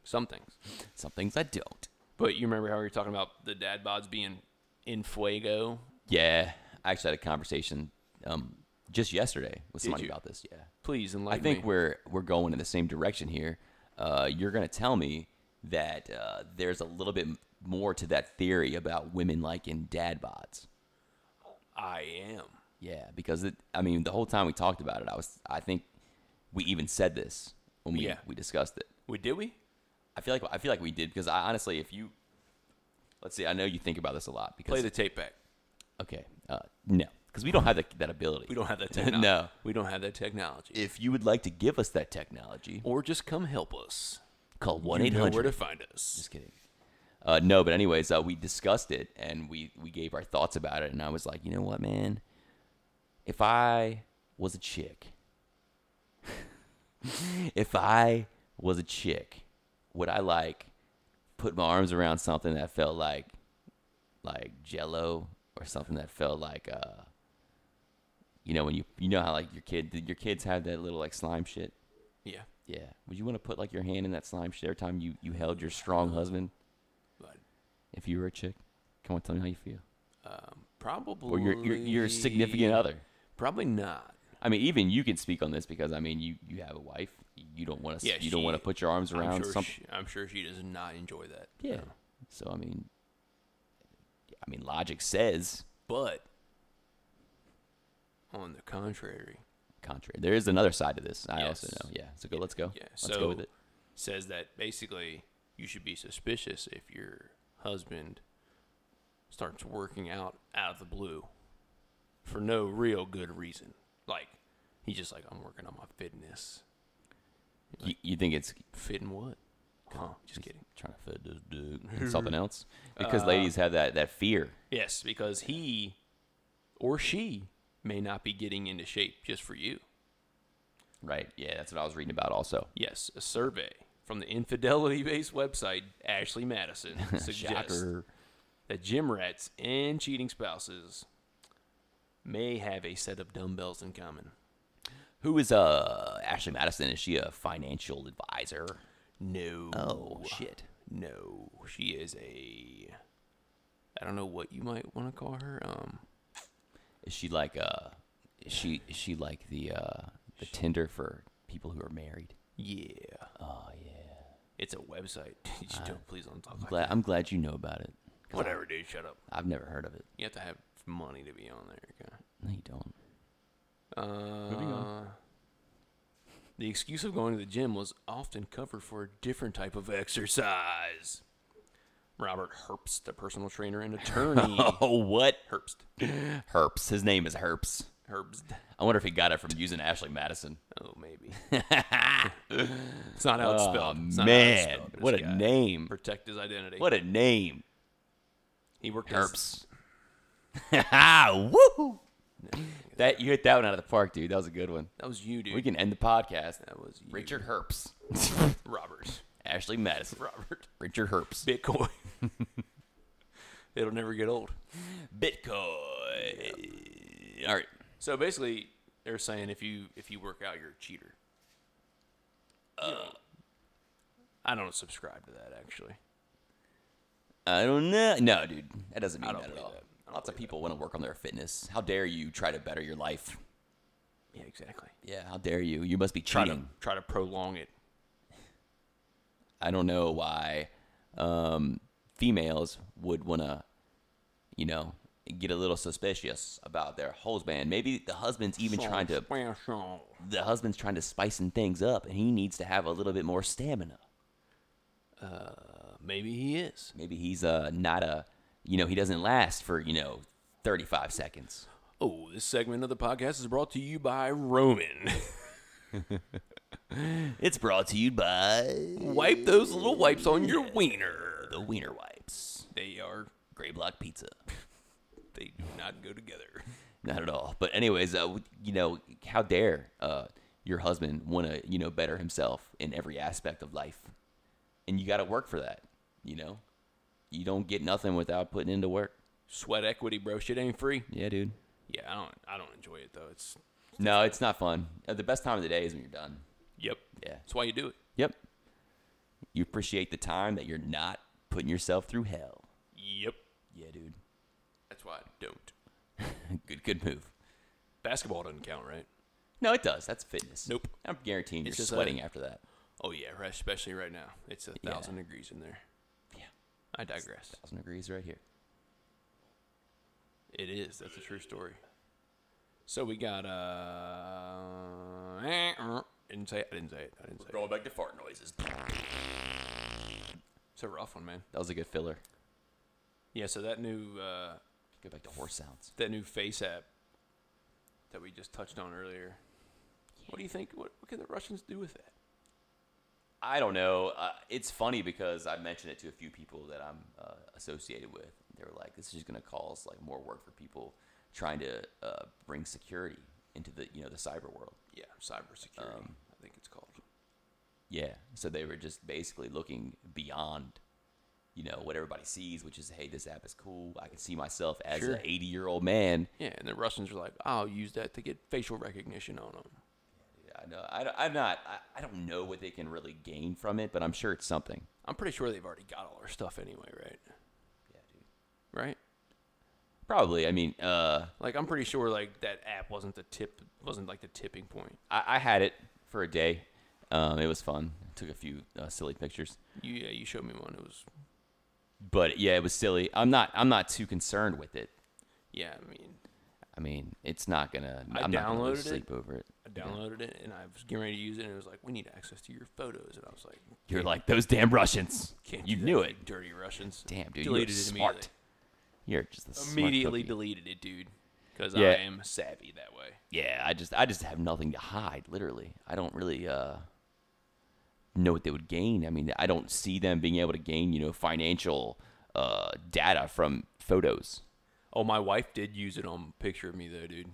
some things.
Some things I don't.
But you remember how we were talking about the dad bods being in fuego?
Yeah, I actually had a conversation um, just yesterday with somebody
you?
about this. Yeah,
Please
I
enlighten
think
me.
we're we're going in the same direction here. Uh, you're gonna tell me that uh, there's a little bit m- more to that theory about women liking dad bods.
I am.
Yeah, because it, I mean, the whole time we talked about it, I was I think we even said this when we
Yeah.
we discussed it.
Wait, did we?
I feel like I feel like we did because I honestly, if you let's see, I know you think about this a lot because
Play the tape back.
okay, uh, no, because we don't have that that ability.
We don't have that technology.
no.
We don't have that technology.
if you would like to give us that technology,
or just come help us.
call 1
You know
800.
where to find us.
Just kidding. Uh, no, but anyways, uh, we discussed it and we, we gave our thoughts about it. And I was like, you know what, man? If I was a chick, if I was a chick, would I like put my arms around something that felt like like jello or something that felt like uh you know when you you know how like your kid your kids have that little like slime shit
Yeah.
yeah. Would you want to put like your hand in that slime shit every time you, you held your strong husband
But
if you were a chick? Come on, tell me how you feel.
um, probably.
Or your your, your significant other.
Probably not.
I mean, even you can speak on this because I mean, you, you have a wife. You don't want to.
Yeah,
you don't
she-
want to put your arms
I'm
around
sure,
something.
she, I'm sure she does not enjoy that.
yeah. So I mean, I mean, logic says
But on the contrary,
contrary. There is another side to this. I also
Yes.
know. Yeah. So go. Let's go.
yeah.
Let's
so
go with it.
says that basically you should be suspicious if your husband starts working out out of the blue for no real good reason. Like he's just like I'm working on my fitness.
You, you think it's
Fitting what? Huh, just kidding. Uh,
Trying to fit this dick and something else because ladies have that that fear.
Yes, because he or she may not be getting into shape just for you.
Right. Yeah, that's what I was reading about also.
Yes, a survey from the infidelity based website Ashley Madison suggests
Shocker.
that gym rats and cheating spouses may have a set of dumbbells in common.
Who is uh Ashley Madison? Is she a financial advisor?
No.
Oh shit.
No. She is a I don't know what you might want to call her. Um
Is she like uh is she is she like the uh the Tinder for people who are married?
yeah. Oh yeah. It's a website. You just don't please don't talk like
Glad,
that.
Uh, I'm glad you know about it. 'cause
Whatever, dude, shut up.
I've never heard of it.
You have to have money to be on there, okay?
No, you don't.
Uh, the excuse of going to the gym was often covered for a different type of exercise. Robert Herbst, a personal trainer and attorney.
Oh what?
Herbst.
Herps. His name is Herps.
Herbst.
I wonder if he got it from using Ashley Madison.
Oh, maybe. it's not how it's
Oh
spelled. It's not how it's
man,
spelled, but
what a
it's got-
name!
Protect his identity.
What a name!
He worked as
Herps. Woo! That you hit that one out of the park, dude. That was a good one.
That was you, dude.
We can end the podcast.
that was you.
Richard Herps,
Robert.
Ashley Madison,
Robert.
Richard Herps,
Bitcoin. It'll never get old.
Bitcoin. All right.
So basically, they're saying if you if you work out, you're a cheater. Uh, I don't subscribe to that actually.
I don't know. No, dude, that doesn't mean
don't
that at
believe
all.
that. I don't
Lots of people want to work on their fitness. How dare you try to better your life?
Yeah, exactly.
Yeah, how dare you? You must be
Try
cheating.
to try to prolong it.
I don't know why um, females would want to, you know, get a little suspicious about their husband. Maybe the husband's even trying to the husband's trying to spicing things up, and he needs to have a little bit more stamina.
Uh, maybe he is.
Maybe he's uh not a, you know, he doesn't last for you know thirty five seconds.
Oh, this segment of the podcast is brought to you by Roman.
It's brought to you by
Wipe those little wipes on your wiener.
the Wiener Wipes,
They are
Gray Block Pizza.
they do not go together.
Not at all. But anyways, uh, w- you know, how dare uh, your husband want to you know better himself in every aspect of life, and you got to work for that. You know, you don't get nothing without putting into work.
Sweat equity, bro. Shit ain't free.
Yeah, dude.
Yeah, I don't. I don't enjoy it though. It's
No, it's not fun. Uh, The best time of the day is when you're done.
yep.
Yeah.
That's why you do it.
Yep. You appreciate the time that you're not putting yourself through hell.
Yep.
Yeah, dude.
That's why I don't.
Good, good move.
Basketball doesn't count, right?
No, it does. That's fitness.
Nope.
I'm guaranteeing
It's
you're
just a-
sweating after that.
Oh yeah, right, especially right now. It's a thousand degrees in there.
Yeah.
I digress.
Thousand degrees right here.
It is. That's a true story. So we got uh. eh, er, Didn't say. It. I didn't say it. I didn't say. It.
back to fart noises.
It's a rough one, man.
That was a good filler.
Yeah. So that new uh,
Go back to horse sounds.
that new face app that we just touched on earlier. What do you think? What, what can the Russians do with that?
I don't know. Uh, it's funny because I mentioned it to a few people that I'm uh, associated with. They were like, "This is just going to cause like more work for people trying to uh, bring security into the you know the cyber world."
Yeah, cybersecurity. I think it's called.
Yeah. So they were just basically looking beyond, you know, what everybody sees, which is, "Hey, this app is cool. I can see myself as
Sure.
an 80 year old man."
Yeah, and the Russians are like, I'll use that to get facial recognition on them.
I know. I, don't- I'm not. I, I don't know what they can really gain from it, but I'm sure it's something.
I'm pretty sure they've already got all our stuff anyway, right?
Yeah, dude.
Right?
Probably. I mean, uh,
Like I'm pretty sure like that app wasn't the tip wasn't like the tipping point.
I, I had it for a day. Um, it was fun. took a few uh, silly pictures,
You, yeah, you showed me one. It was
but yeah, it was silly. I'm not. I'm not too concerned with it.
yeah, I mean
I mean, it's not gonna.
I
am not gonna lose
downloaded it.
sleep over it.
I downloaded it and I was getting ready to use it and it was like, We need access to your photos and I was like,
You're like those damn Russians.
Can't
you
do that,
knew it.
dirty Russians.
Damn, dude.
Deleted
you were
it immediately.
smart. You're just the
Immediately
Smart cookie.
deleted it, dude. Because I
Yeah.
am savvy that way.
yeah, I just. I just have nothing to hide. Literally, I don't really. Uh, know what they would gain. I mean, I don't see them being able to gain, you know, financial uh, data from photos.
Oh, my wife did use it on a picture of me though, dude.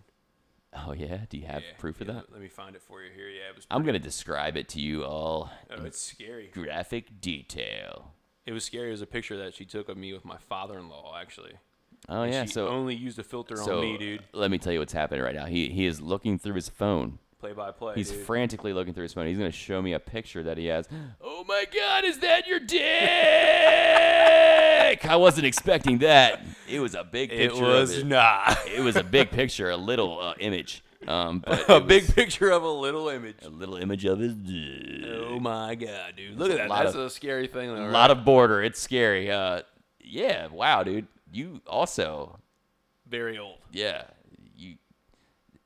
Oh yeah, do you have
Yeah,
proof of
yeah,
that?
Let me find it for you here. Yeah, it was.
I'm gonna describe it to you all
Oh, it's scary.
in graphic detail.
It was scary. It was a picture that she took of me with my father-in-law, actually.
Oh yeah,
she
so
only used a filter
so
on me, dude.
let me tell you what's happening right now. He he is looking through his phone.
Play-by-play.
He's
dude.
frantically looking through his phone. He's gonna show me a picture that he has. Oh my God, is that your dick? I wasn't expecting that. It was a big picture.
it
of
was
it.
not
It was a big picture, a little uh, image. Um, but
a
it
big
was
picture of a little image.
a little image of his. dick.
Oh my god, dude! Look at
a
that.
lot
That's
of-
a scary thing.
A lot of border. It's scary. Uh, yeah. Wow, dude. You also.
very old.
Yeah. You.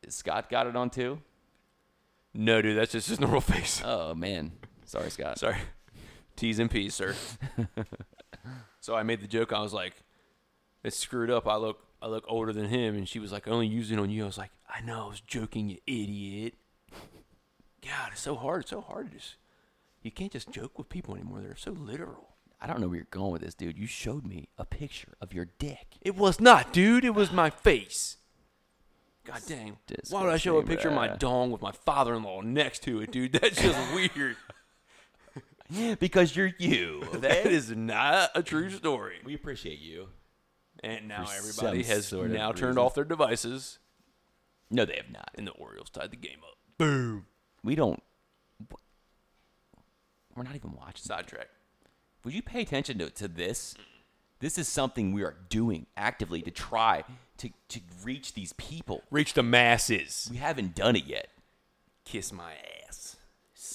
Scott got it on too.
No, dude, that's just his normal face.
Oh man. Sorry, Scott.
Sorry. T's and P's, sir. so I made the joke. I was like, "It's screwed up. I look, I look older than him." And she was like, "I only use it on you." I was like, "I know. I was joking, you idiot." God, it's so hard. It's so hard to just. You can't just joke with people anymore. They're so literal.
I don't know where you're going with this, dude. You showed me a picture of your dick.
It was not, dude. It was my face. God dang. Why would I show a
disgusting,
picture of my
bruh.
dong with my father in law next to it, dude? That's just weird.
Because you're you.
That is not a true story.
We appreciate you.
And now
For
everybody
some
has
sort of
now turned
reason.
off their devices,
No, they have not.
and the Orioles tied the game up.
We don't. We're not even watching.
Sidetrack.
Would you pay attention to, to this? This is something we are doing actively to try to, to reach these people.
Reach the masses.
We haven't done it yet.
Kiss my ass.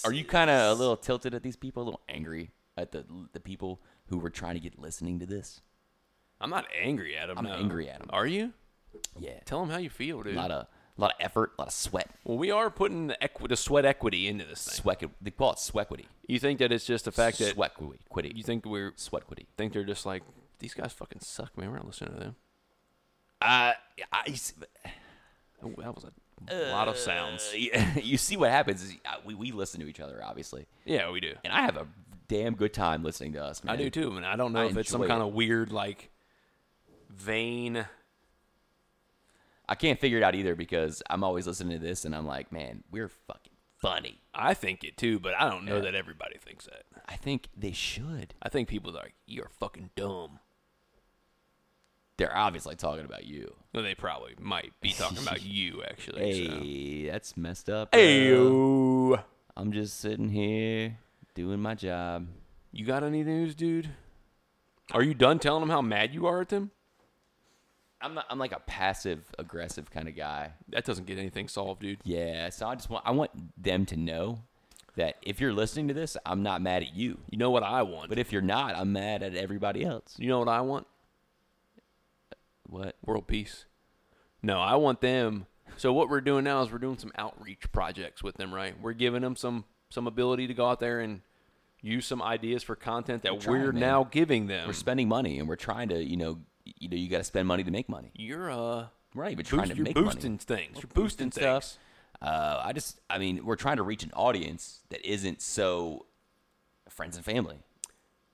Are you kind of a little tilted at these people, a little angry at the the people who were trying to get listening to this?
I'm not angry at him.
I'm
no.
angry at 'em.
Are you?
Yeah,
Tell him how you feel,
a
dude.
lot of a lot of effort, a lot of sweat,
well, we are putting the, equi- the sweat equity into this thing.
sweat. They call it swequity.
You think that it's just the fact that
swequity, quitty,
you think we're
sweatquity.
think they're just like these guys fucking suck, man. We're not listening to them.
Uh, I,
Oh, that was a lot of sounds.
Uh, Yeah, you see what happens is uh, we, we listen to each other obviously
Yeah, we do.
and i have a damn good time listening to us man.
I do too, and I don't know
I
if it's some
enjoy
kind of weird like vain.
i can't figure it out either because i'm always listening to this and i'm like man we're fucking funny
I think it too, but I don't know
Yeah.
that everybody thinks that.
i think they should
I think people are like, "You're fucking dumb."
they're obviously talking about you
Well, they probably might be talking about you actually. so.
hey that's messed up bro.
Ayo.
i'm just sitting here doing my job
You got any news, dude? Are you done telling them how mad you are at them?
i'm not, i'm like a passive aggressive kind of guy
That doesn't get anything solved, dude.
yeah so i just want i want them to know that if you're listening to this i'm not mad at you
You know what I want?
But if you're not, I'm mad at everybody else.
you know what I want?
What?
world peace. No, I want them. So what we're doing now is we're doing some outreach projects with them, right? We're giving them some some ability to go out there and use some ideas for content that we're,
We're trying, man.
now giving them.
We're spending money, and we're trying to, you know, y- you know, you got to spend money to make money.
you're uh,
We're not even trying
boost,
to
you're
make
boosting
money.
things.
We're
You're boosting,
stuff.
things.
Uh, I just, I mean, we're trying to reach an audience that isn't so friends and family,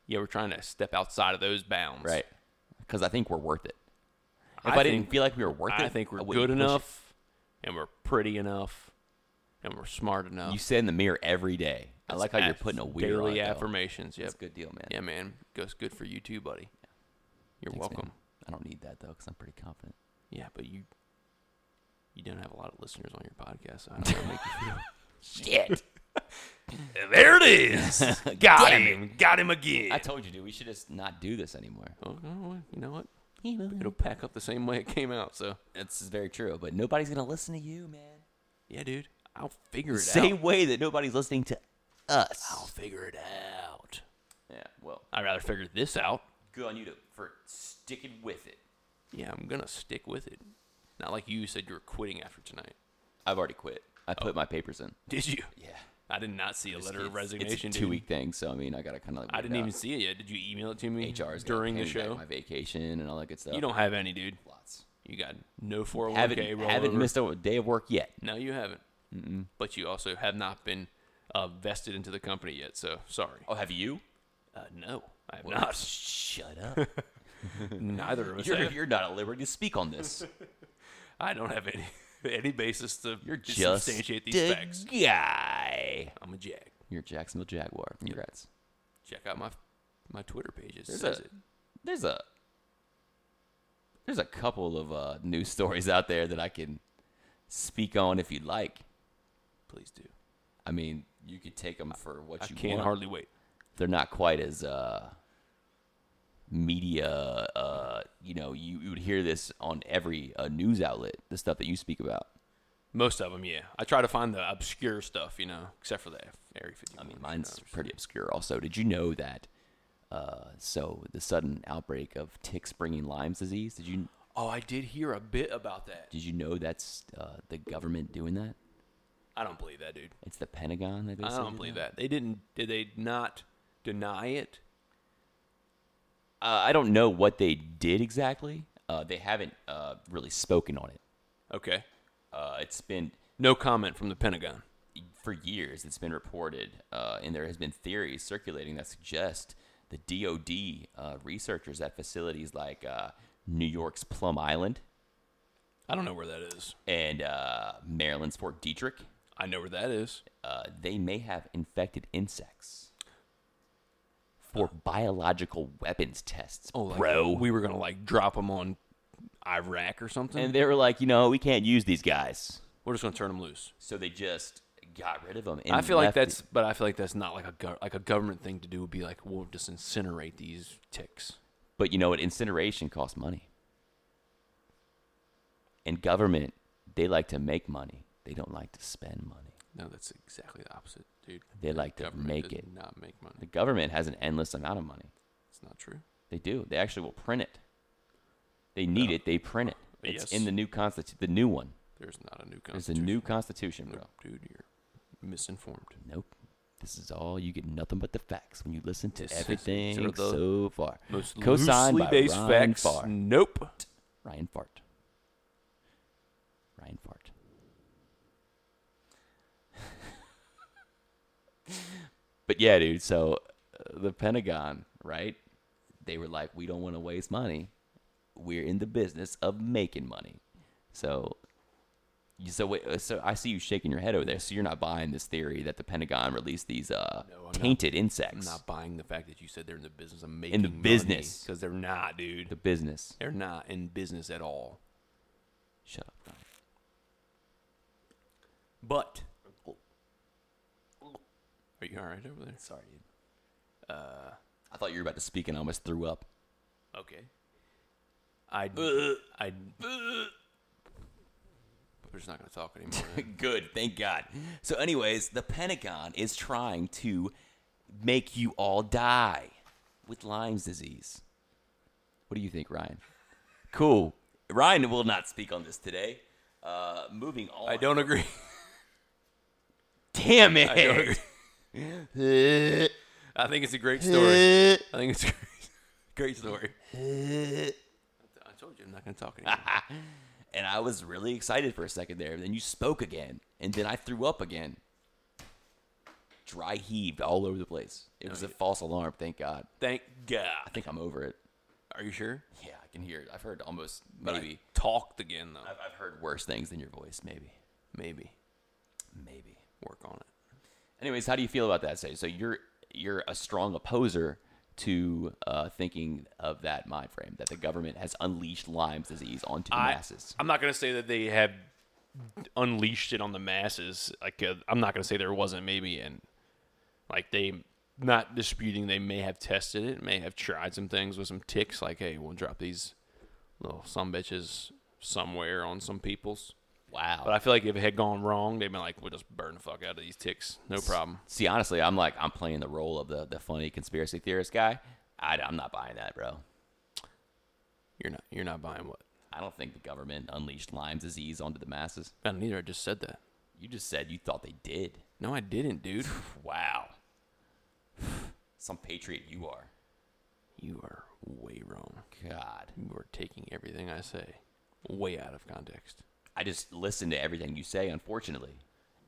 Yeah, we're trying to step outside of those bounds,
right? Because I think we're worth it. If
I
I, didn't
think-
feel like we were worth it,
I think we're
wouldn't
good
push it.
enough, and we're pretty enough, and we're smart enough.
You sit in the mirror every day. I like how you're
Aff-
putting a weird on
daily
it, though.
affirmations. Yep,
That's a good deal, man.
Yeah, man, goes good for you too, buddy. You're
Thanks, man.
welcome.
I don't need that though, because I'm pretty confident.
Yeah, but you you don't have a lot of listeners on your podcast. So I don't know how to make you
Shit.
feel. there it is. Got
Damn
him. Got him again.
I told you, dude. We should just not do this anymore.
oh, no, well, you know what? It'll pack up the same way it came out. So
That's very true, but nobody's gonna listen to you, man.
yeah, dude, I'll figure it
Same
out.
way that nobody's listening to
I'll
us.
figure it out.
Yeah, well,
I'd rather figure this out.
good on you to, for sticking with it.
Yeah, I'm gonna stick with it. Not like you said you were quitting after tonight.
I've already quit. I put my papers in.
Did you?
Yeah,
I did not see a letter of resignation.
It's a
dude.
two-week thing, so I mean, I gotta uh, kind of.
I didn't even see it yet. Did you email it to me
HR's gonna
during
pay
the
me back
show?
my vacation and all that good stuff.
You don't have any, dude.
lots.
You got no 401k
Haven't
rollover.
haven't missed a day of work yet.
No, you haven't. But you also have not been uh, vested into the company yet, so sorry.
Oh, have you?
Uh, no, I have not.
Ah, Shut up.
Neither of us.
you're,
have.
you're not at liberty to speak on this.
I don't have any any basis to
You're
to
just
substantiate these
a
facts.
guy.
I'm a jag.
You're a Jacksonville Jaguar. Congrats.
Check out my my Twitter page. It
There's
says
a-
it.
There's a there's a couple of uh, news stories out there that I can speak on if you'd like.
Please do.
I mean, you could take them for what
I
you
can
want.
hardly wait.
They're not quite as uh, media. Uh, you know, you, you would hear this on every uh, news outlet. The stuff that you speak about.
Most of them, yeah. I try to find the obscure stuff, you know, except for the F- Area 51.
I mean, mine's pretty obscure. Also, did you know that? Uh, so the sudden outbreak of ticks bringing Lyme's disease. Did you
Oh, I did hear a bit about that.
did you know that's uh, the government doing that?
I don't believe that, dude.
It's the Pentagon that
I
basically.
don't
did
believe that. They didn't. Did they not deny it?
Uh, I don't know what they did exactly. Uh, they haven't uh, really spoken on it.
Okay.
Uh, it's been
No comment from the Pentagon.
for years. It's been reported, uh, and there has been theories circulating that suggest the DoD uh, researchers at facilities like uh, New York's Plum Island
I don't know where that is.
and uh, Maryland's Fort Detrick,
I know where that is.
uh, they may have infected insects for biological weapons tests,
Oh, like,
bro.
We were gonna like drop them on Iraq or something.
and they were like, you know, we can't use these guys,
we're just gonna turn them loose.
so they just got rid of them. And
I feel like
left
that's, but I feel like that's not like a gov- like a government thing to do. Would be like we'll just incinerate these ticks.
But you know what? Incineration costs money. And government, they like to make money. They don't like to spend money.
No, that's exactly the opposite, dude.
They like to
government
make
does
it.
Not make money.
The government has an endless amount of money.
It's not true.
They do. They actually will print it. They need it. They print it. It's
Yes.
in the new constitution. The new one.
There's not a new
There's a
constitution.
new constitution, bro.
Nope, dude. You're misinformed.
Nope. This is all you get. Nothing but the facts when you listen to
This is-
everything
these are the
so far.
Most
Co-signed
loosely
by
based
Ryan
facts.
Farr.
Nope.
Ryan Fart. Ryan Fart. but yeah, dude. So uh, the Pentagon, right? They were like, we don't want to waste money. We're in the business of making money. So, you- so wait, uh, so I see you shaking your head over there. So you're not buying this theory that the Pentagon released these uh,
No, I'm not.
tainted
I'm
insects.
not buying the fact that you said they're in the business of making
In the business.
because they're not, dude.
The business.
They're not in business at all.
Shut up. Ryan.
But are you all right over there?
Sorry, dude. Uh, I thought you were about to speak and I almost threw up.
Okay. Uh, I I uh, we're just not gonna talk anymore. then.
Good, thank God. So, anyways, the Pentagon is trying to make you all die with Lyme's disease. What do you think, Ryan? Cool. Ryan will not speak on this today. Uh, moving on.
I don't agree.
Damn it.
I don't agree. I think it's a great story. I think it's a great, great story. I told you I'm not gonna talk anymore.
and I was really excited for a second there. Then you spoke again, and then I threw up again. Dry heaved all over the place. It was a false alarm. Thank God.
Thank
I
God.
think I'm over it.
Are you sure?
Yeah, I can hear it. I've heard almost
But I
maybe.
talked again though.
I've, I've heard worse things than your voice. Maybe,
Maybe
maybe.
work on it.
Anyways, how do you feel about that? So, so you're you're a strong opposer to uh, thinking of that mind frame that the government has unleashed Lyme's disease onto the masses.
I'm not going to say that they have unleashed it on the masses. Like uh, I'm not going to say there wasn't maybe and like they not disputing they may have tested it, may have tried some things with some ticks like hey, we'll drop these little some bitches somewhere on some people's.
Wow.
But I feel like if it had gone wrong, they'd been like, we'll just burn the fuck out of these ticks. No problem.
See, honestly, I'm like I'm playing the role of the the funny conspiracy theorist guy. I, am not buying that, bro.
You're not you're not buying what?
I don't think the government unleashed Lyme's disease onto the masses.
I don't either. I just said that.
You just said you thought they did.
No, I didn't, dude.
Wow. Some patriot you are.
you are way wrong.
God.
You are taking everything I say way out of context.
I just listen to everything you say, unfortunately.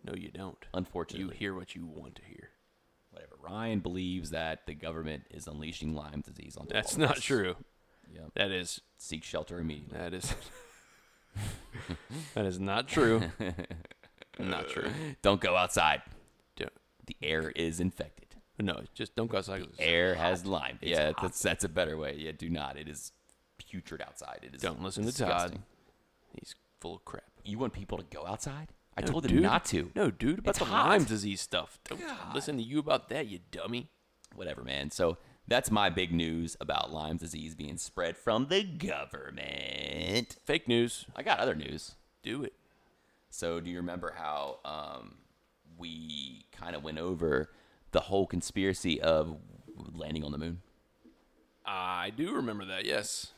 No, you don't. You
Unfortunately,
hear what you want to hear.
whatever. Ryan believes that the government is unleashing Lyme disease on.
That's not true.
Yep.
That is
Seek shelter immediately.
that is that is not true. not true.
Don't go outside.
Don't,
The air is infected.
no, just don't go outside. 'cause it's-
Air has Lyme. yeah, that's that's a better way. Yeah, do not. It is putrid outside. It is.
Don't listen to
disgusting.
Todd. He's full of crap.
You want people to go outside? I
No,
told them
dude.
not to.
No, dude, about
It's
the
hot.
Lyme disease stuff. Don't listen to you about that, you dummy.
whatever, man. So that's my big news about Lyme disease being spread from the government.
Fake news.
I got other news.
Do it.
So do you remember how um, we kind of went over the whole conspiracy of landing on the moon?
I do remember that. Yes.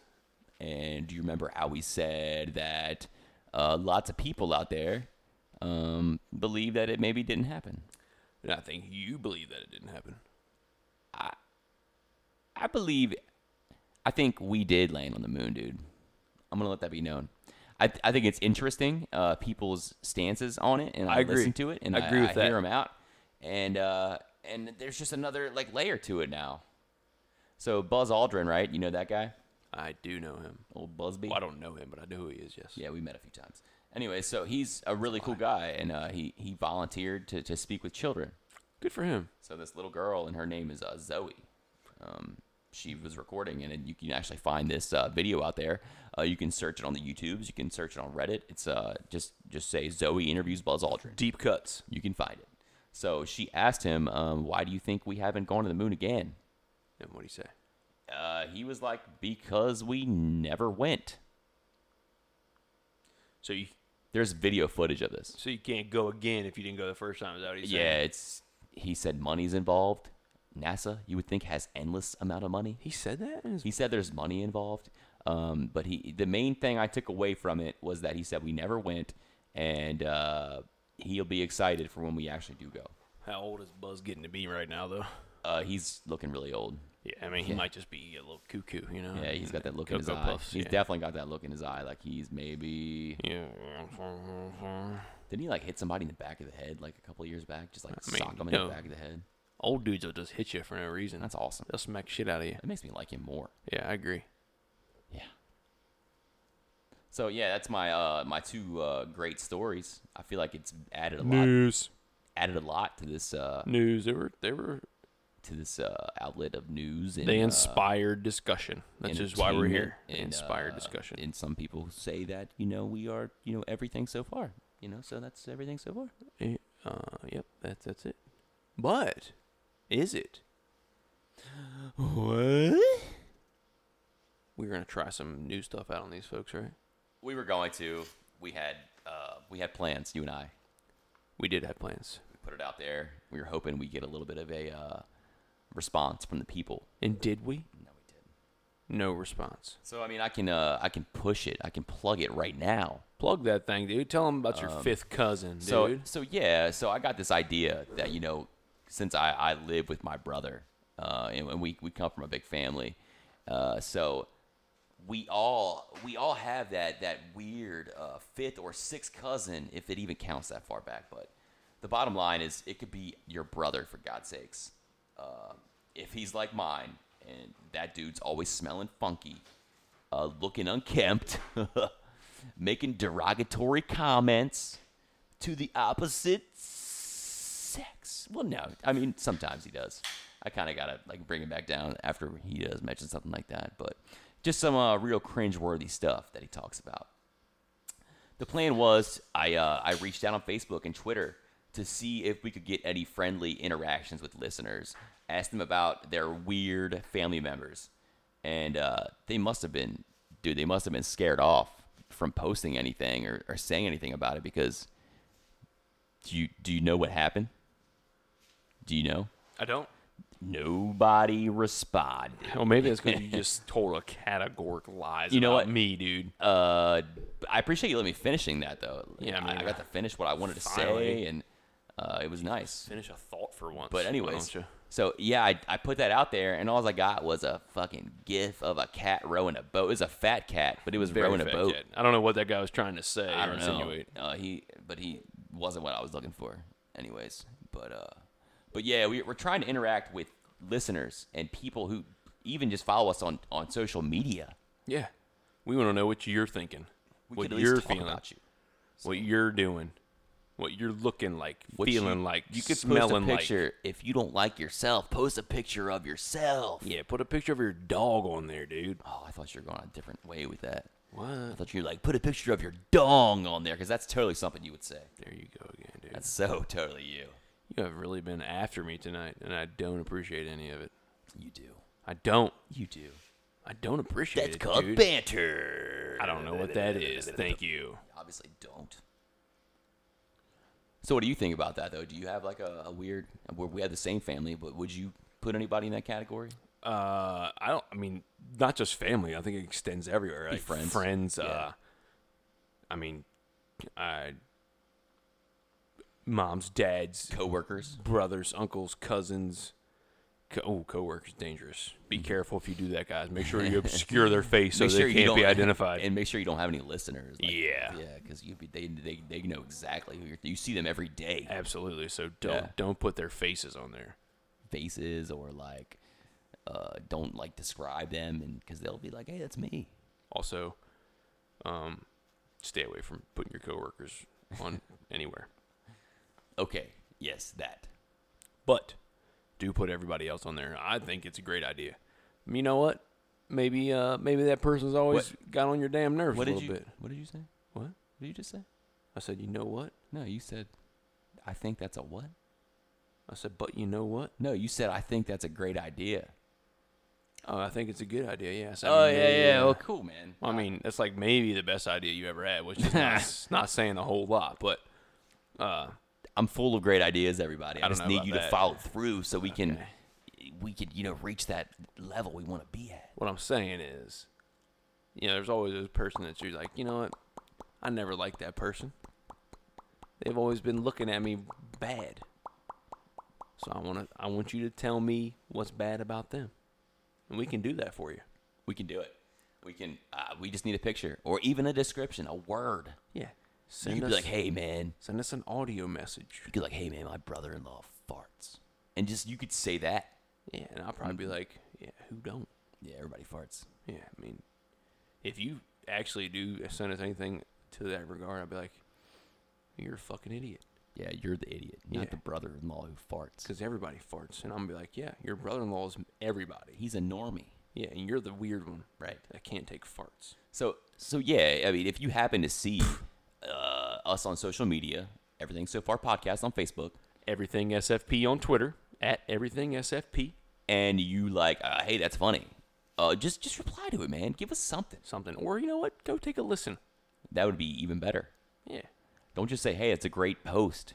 And do you remember how we said that uh, lots of people out there um, believe that it maybe didn't happen?
And I think you believe that it didn't happen.
I believe, I think we did land on the moon, dude. I'm gonna let that be known. I, th- I think it's interesting, uh, people's stances on it, and I,
I agree.
listen to it, and
I
I,
agree with
I
that.
hear them out, and uh, and there's just another like layer to it now. So Buzz Aldrin, right? You know that guy,
I do know him.
old Buzzby.
Well, I don't know him, but I know who he is. Yes.
Yeah, we met a few times. Anyway, so he's a really cool guy, and uh, he he volunteered to to speak with children.
Good for him.
So this little girl, and her name is uh, Zoe. Um, she was recording, and you can actually find this uh, video out there. Uh, you can search it on the YouTubes. You can search it on Reddit. It's uh, just just say Zoe interviews Buzz Aldrin.
Deep cuts.
You can find it. So she asked him, um, "Why do you think we haven't gone to the moon again?"
And what do you say?
Uh, he was like, "Because we never went."
So you
There's video footage of this.
so you can't go again if you didn't go the first time. Is that what he's saying?
Yeah, it's. He said money's involved. NASA, you would think, has endless amount of money.
He said that. in his-
He said there's money involved, um, but he the main thing I took away from it was that he said we never went, and uh, he'll be excited for when we actually do go.
How old is Buzz getting to be right now, though?
Uh, he's looking really old.
Yeah, I mean, he might just be a little cuckoo, you know?
Yeah, he's got that look in his
Cocoa
eye.
Puffs,
he's
yeah.
definitely got that look in his eye. Like he's maybe
Yeah.
didn't he like hit somebody in the back of the head like a couple years back? Just like
mean,
sock him in
no.
the back of the head.
Old dudes will just hit you for no reason.
That's awesome.
They'll smack shit out of you.
That makes me like him more.
Yeah, I agree.
Yeah. So yeah, that's my uh my two uh great stories. I feel like it's added a lot
News.
added a lot to this uh
News. They were, they were,
to this uh, outlet of news and
they
uh,
inspired discussion. That's just why we're here.
entertainment and,
inspired
uh,
discussion.
And some people say that you know we are you know everything so far. You know, so that's everything so far.
Eh, uh, yep, that's, that's it. But, is it?
What?
We're going to try some new stuff out on these folks, right?
We were going to. We had uh, we had plans. You and I
We did have plans.
we put it out there. We were hoping we get a little bit of a uh, response from the people.
And did we?
No, we didn't.
No response.
So I mean, I can uh, I can push it. I can plug it right now.
Plug that thing, dude. Tell them about your fifth cousin, dude.
Um, So so yeah, so I got this idea that you know, since I, I live with my brother, uh, and and we we come from a big family, uh, so we all we all have that that weird uh, fifth or sixth cousin, if it even counts that far back. But the bottom line is, it could be your brother for God's sakes. Uh, if he's like mine, and that dude's always smelling funky, uh, looking unkempt, making derogatory comments to the opposite sex. Well, no, I mean sometimes he does. I kind of gotta like bring him back down after he does mention something like that, but just some uh, real cringeworthy stuff that he talks about. The plan was I uh, I reached out on Facebook and Twitter to see if we could get any friendly interactions with listeners. Asked them about their weird family members, and uh, they must have been dude. They must have been scared off from posting anything or, or saying anything about it because do you do you know what happened? Do you know?
I don't.
Nobody responded.
Well, maybe that's because you just told a categorical lies.
You know
about
what?
me, dude?
Uh, I appreciate you letting me finishing that though.
Yeah, I mean,
I, got to finish what I wanted to
finally.
say, and uh, it was nice.
Finish a thought for once.
But anyways, so yeah, I, I put that out there, and all I got was a fucking gif of a cat rowing a boat. It was a fat cat, but it was rowing a boat.
I don't know what that guy was trying to say.
I
or
don't know.
insinuate.
Uh, he, but he, wasn't what I was looking for, anyways. But uh, but yeah, we, we're trying to interact with listeners and people who even just follow us on on social media.
Yeah. We want to know what you're thinking,
We
what
could at least
you're
talk
feeling,
about you.
what you're doing, what you're looking like,
What you-
feeling like,
you could
smelling
post a
like.
picture if you don't like yourself. Post a picture of yourself.
Yeah, put a picture of your dog on there, dude.
Oh, I thought you were going a different way with that. I
What?
thought you were like put a picture of your dong on there because that's totally something you would say.
There you go again, dude.
That's so totally you.
You have really been after me tonight, and I don't appreciate any of it.
You do.
I don't.
You do.
I don't appreciate
That's
it,
called
dude.
banter.
I don't know what that is. Thank you.
Obviously, don't. So, what do you think about that, though? Do you have like a, a weird? we we have the same family, but would you put anybody in that category?
Uh, I don't. I mean, not just family. I think it extends everywhere. Like
friends.
Friends.
Yeah.
Uh, I mean, I. Moms, dads,
Coworkers.
brothers, uncles, cousins. Co- oh, coworkers, dangerous. Be careful if you do that, guys. Make sure you obscure their face so
Mm-hmm. Make
they
sure you
can't be
don't-
identified.
and make sure you don't have any listeners. like-
Yeah.
yeah, because you'd be they, they they know exactly who you're. You see them every day,
Absolutely. So don't
Yeah.
don't put their faces on there.
faces or like, uh, don't like describe them, and because they'll be like, hey, that's me.
Also, um, stay away from putting your coworkers on anywhere.
Okay, yes, that.
But do put everybody else on there. I think it's a great idea. You know what? Maybe uh maybe that person's always got on your damn nerves
What
a
did
little
you?
bit.
What did you say?
What?
What did you just say?
I said, you know what?
No, you said, I think that's a what?
I said, but you know what?
No, you said, I think that's a great idea.
Oh, I think it's a good idea. Yeah. I said,
Oh, yeah, yeah. Well, cool, man.
Well, I mean, that's like maybe the best idea you ever had, which is not, it's not saying a whole lot, but uh,
I'm full of great ideas, everybody. I,
I don't
just
know
need
about
you to
that.
follow through so we can, we can, you know, reach that level we want to be at.
what I'm saying is, you know, there's always this person that you're like, you know what? I never liked that person. They've always been looking at me bad. So I want to, I want you to tell me what's bad about them, and we can do that for you.
We can do it. We can. Uh, we just need a picture or even a description, a word.
Yeah.
You
Send
could
us,
be like, hey, man.
send us an audio message.
You could be like, hey, man, my brother-in-law farts, and just you could say that.
Yeah, and I'll probably be like, yeah, who don't?
Yeah, everybody farts.
Yeah, I mean, if you actually do send us anything to that regard, I'd be like, you're a fucking idiot.
Yeah, you're the idiot,
Yeah.
not the brother-in-law who farts.
Because everybody farts. And I'm going to be like, yeah, your brother in law is everybody.
He's a normie,
Yeah, and you're the weird one
right?
that can't take farts.
So so yeah, I mean, if you happen to see uh, us on social media, everything so far podcast on Facebook,
Everything SFP on Twitter, at Everything SFP.
and you like, uh, hey, that's funny, uh, just just reply to it, man. Give us something.
Something. Or, you know what? Go take a listen.
That would be even better.
Yeah.
Don't just say, hey, it's a great post.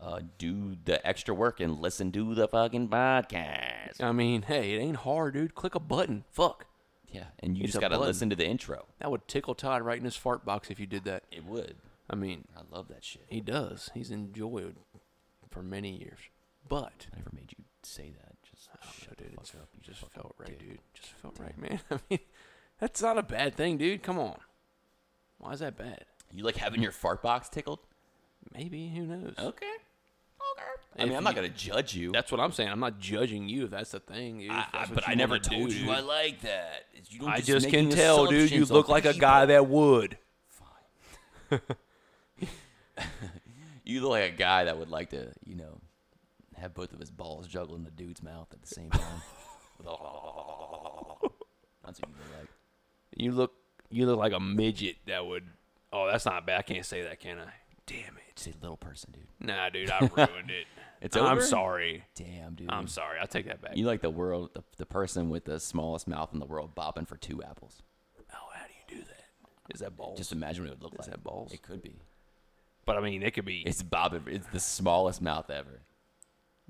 Uh, do the extra work and listen to the fucking podcast.
I mean, hey, it ain't hard, dude. Click a button. Fuck.
Yeah, and you
It's
just
a
gotta
button.
listen to the intro.
That would tickle Todd right in his fart box if you did that.
It would.
I mean,
I love that shit.
he does. He's enjoyed for many years. But
I never made you say that. Just
I don't know,
shut
dude.
the
It's-
fuck up. You
just
fucking
felt right,
dick.
dude. Just felt right, man. I mean, that's not a bad thing, dude. Come on. Why is that bad?
You like having your fart box tickled?
Maybe who knows?
Okay. Okay. I
If
mean, I'm not
you-
gonna judge you.
Oh, That's what I'm saying. I'm not judging you if that's the thing, dude.
I,
If
I,
that's what
but I
wanna
never
do,
told
dude.
you I like that. It's- You don't
I
just,
just
make
can tell, dude. You
assumptions
look
on
like a
people.
guy that would.
You look like a guy that would like to, you know, have both of his balls juggle in the dude's mouth at the same time. That's what you look like.
You look, you look like a midget that would. Oh, that's not bad. I can't say that, can I? Damn it.
Say little person, dude.
Nah, dude, I ruined it.
It's
I'm
over?
sorry.
Damn, dude.
I'm sorry. I'll take that back.
you like the world, the, the person with the smallest mouth in the world, bopping for two apples.
oh, how do you do that? Is that balls?
Just imagine what it would look
Is
like.
that balls?
It could be.
but I mean, it could be.
It's bobbing. It's the smallest mouth ever.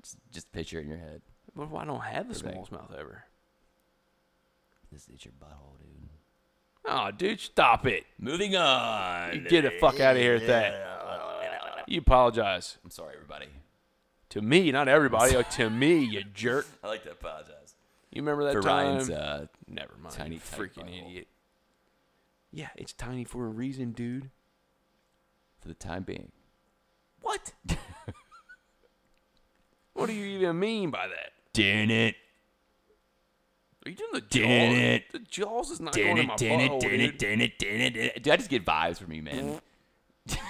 Just, just picture it in your head.
What if I don't have the
Perfect.
smallest mouth ever?
This is your butthole, dude.
Oh, dude, stop it.
Moving on.
You get the fuck out of here with that. You apologize.
I'm sorry, everybody.
To me, not everybody. Like, to me, you jerk.
I like to apologize
You remember that
for
time?
Ryan's uh,
Never mind.
tiny,
Tiny
tight
freaking
butthole.
idiot. Yeah, it's tiny for a reason, dude.
for the time being.
What? what do you even mean by that?
Din it.
Are you doing the jaws?
Din it.
The jaws is not
Din
going in
it,
my
din it,
butthole,
din it,
dude.
din it, din it, din it. Dude, I just get vibes from you, man.
Mm.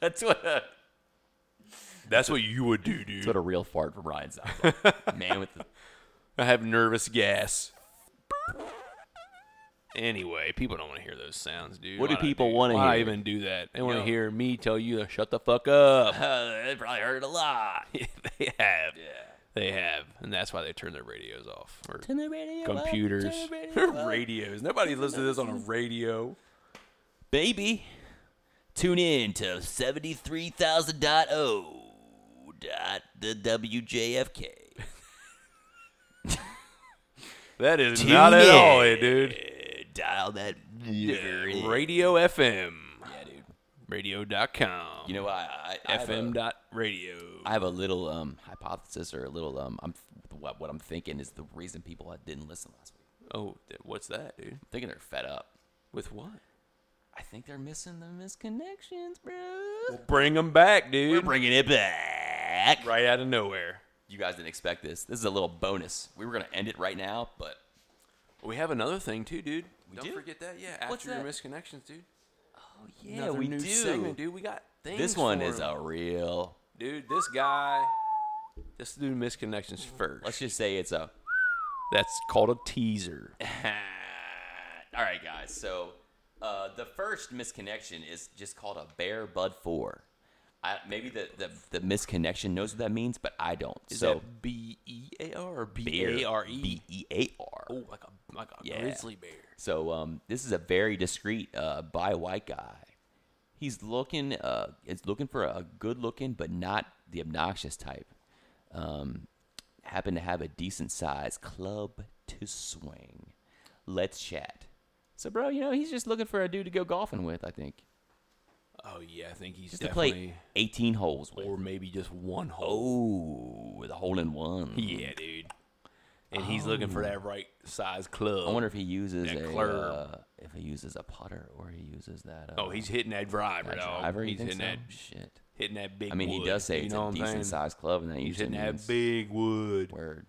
That's what a,
That's what you would do,
that's
dude.
what a real fart from Ryan sounds like. man with the
I have nervous gas. Anyway, people don't want to hear those sounds, dude.
What do
Why not,
people
dude?
wanna
Why
hear?
even do that? They want
No.
to hear me tell you to shut the fuck up.
uh, that probably hurt a lot.
they have. They have, and that's why they turn their radios off or computers. Radios. Nobody listens to this on a radio.
Baby, tune in to 73,000.0 dot the WJFK.
That is
Tune
not at all
in.
it, dude.
Uh, Dial that meter in.
Radio FM.
Yeah, dude.
Radio.com.
You know, I, I, I have a-
FM dot radio.
I have a little um, hypothesis or a little um, I'm what what I'm thinking is the reason people didn't listen last week.
Oh, th- what's that, dude?
I'm thinking they're fed up.
With what?
I think they're missing the misconnections, bro.
Bring them back,
We're
dude.
bringing it back.
right out of nowhere.
You guys didn't expect this. This is a little bonus. We were gonna end it right now, but
We have another thing too, dude. Don't
do?
forget that. Yeah, after
What's
your
that?
misconnections, dude.
yeah,
Another
we
new
do.
segment, dude. We got things.
This one
for
is
'em.
a real.
dude. This guy. Let's do misconnections first.
Let's just say it's a.
That's called a teaser.
All right, guys. So uh, the first misconnection is just called a bear bud four. I, maybe the, the the misconnection knows what that means, but I don't. so
B E A R or
bear,
B A R E?
B E A R.
Oh, like a like a
Yeah.
grizzly bear.
So um, this is a very discreet uh, by white guy. He's looking uh, is looking for a good looking but not the obnoxious type. Um, happen to have a decent sized club to swing. Let's chat. So, bro, you know he's just looking for a dude to go golfing with. I think
Oh yeah, I think he's
just to play
definitely
eighteen holes with.
or maybe just one hole.
Oh, the hole in one.
Yeah, dude. And he's looking for that right size club.
I wonder if he uses
That
a
club.
uh, if he uses a putter or he uses that. Uh,
oh, he's hitting that driver,
that
dog.
driver. you
he's
think
hitting
so?
that
shit.
hitting that big.
I mean,
wood.
he does say
you
it's
know
a
what I'm
decent
saying?
sized club, and that
He's
usually
hitting
means
that big wood.
word.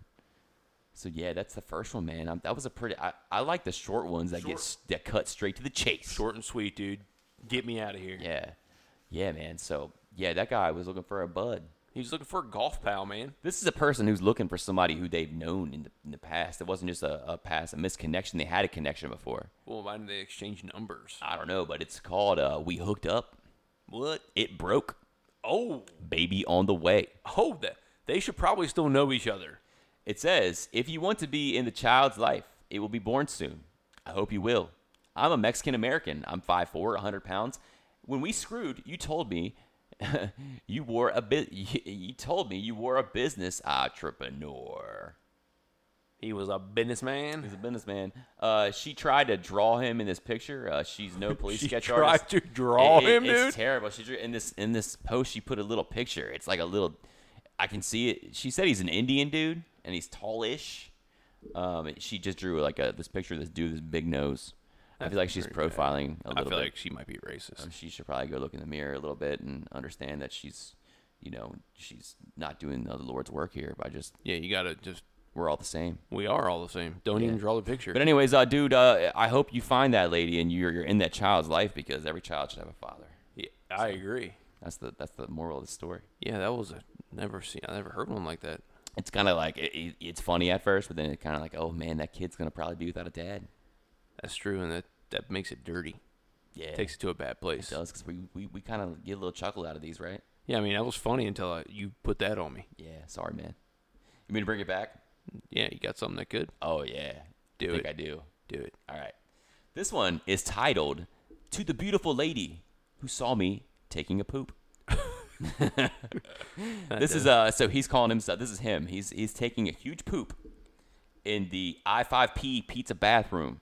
So yeah, that's the first one, man. I'm, that was a pretty. I, I like the short ones that get
Short.
s- that cut straight to the chase.
Short and sweet, dude. Get me out of here.
Yeah, yeah, man. So yeah, that guy was looking for a bud.
He's looking for a golf pal, man.
This is a person who's looking for somebody who they've known in the, in the past. It wasn't just a, a past, a misconnection. They had a connection before.
Well, why did they exchange numbers?
I don't know, but it's called uh, "We Hooked Up."
What?
It broke,
Oh,
baby, on the way.
oh, that they should probably still know each other.
It says, if you want to be in the child's life, it will be born soon. I hope you will. I'm a Mexican American. I'm 5'4, 100 pounds. When we screwed, you told me you wore a bit. You told me you were a business entrepreneur.
He was a businessman.
He's a businessman. Uh, she tried to draw him in this picture. Uh, she's no police
She
sketch
tried
artist.
to draw
It- it-
him,
it's
dude?
terrible. She drew, in this in this post. She put a little picture. It's like a little. I can see it. She said he's an Indian dude and he's tallish. Um, she just drew like a this picture of this dude with this big nose. I feel like she's profiling a
I
little
feel
bit. Um,
like she might be racist.
she should probably go look in the mirror a little bit and understand that she's, you know, she's not doing the Lord's work here by just
Yeah, you gotta just.
we're all the same.
We are all the same. Don't even draw the picture.
But anyways, uh, dude, uh, I hope you find that lady and you're you're in that child's life because every child should have a father.
Yeah, I agree.
That's the that's the moral of the story.
Yeah, that was a never seen. I never heard one like that.
It's kind of like it, it- it's funny at first, but then it's kind of like, oh man, that kid's gonna probably be without a dad.
That's true, and that that makes it dirty.
Yeah,
Takes it to a bad place.
does because we we, we kind of get a little chuckle out of these, right?
Yeah, I mean that was funny until I, you put that on me.
Yeah. Sorry, man. You mean to bring it back?
Yeah, you got something that could
Oh yeah.
Do
I think
it.
I do.
do it.
All right. This one is titled "To the Beautiful Lady Who Saw Me Taking a Poop." this is uh so he's calling himself this is him he's he's taking a huge poop in the i5p pizza bathroom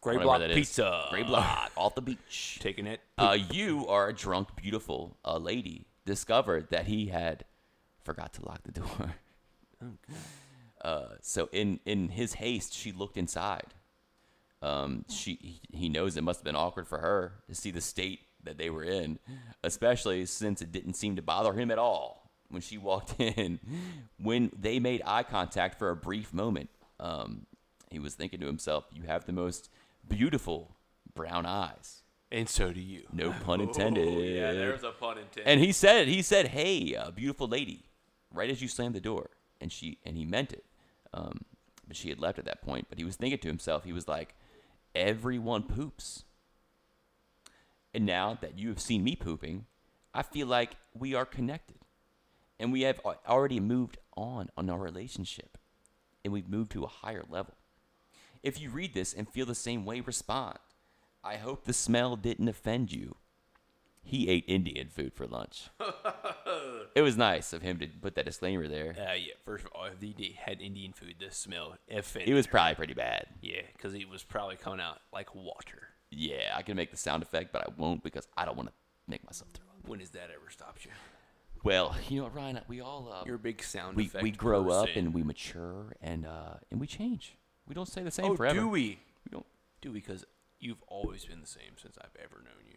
Gray
Whatever
block
that is.
pizza.
gray
Ah.
block off the beach
Taking it.
uh you are a drunk beautiful uh, lady discovered that he had forgot to lock the door uh so in in his haste she looked inside um she he- he knows it must have been awkward for her to see the state that they were in, especially since it didn't seem to bother him at all when she walked in. When they made eye contact for a brief moment, um, he was thinking to himself, You have the most beautiful brown eyes.
And so do you.
No pun intended.
Oh, yeah, there's a pun intended.
And he said, he said, "Hey, uh, beautiful lady," right as you slammed the door, and she and he meant it. Um, but she had left at that point. But he was thinking to himself, he was like, "Everyone poops, and now that you have seen me pooping, I feel like we are connected, and we have al- already moved on on our relationship, and we've moved to a higher level." If you read this and feel the same way, respond. I hope the smell didn't offend you. He ate Indian food for lunch. it was nice of him to put that disclaimer there.
uh, yeah, first of all, if they did- had Indian food, the smell offended.
It was probably pretty bad.
yeah, because it was probably coming out like water.
Yeah, I can make the sound effect, but I won't because I don't want to make myself throw up.
When does that ever stop you?
Well, you know what, Ryan? We all uh,
You're a big sound
we
effect.
we grow up
person.
and we mature and uh, and we change. We don't stay the same
oh,
forever.
do we?
We don't.
Do we? Because you've always been the same since I've ever known you.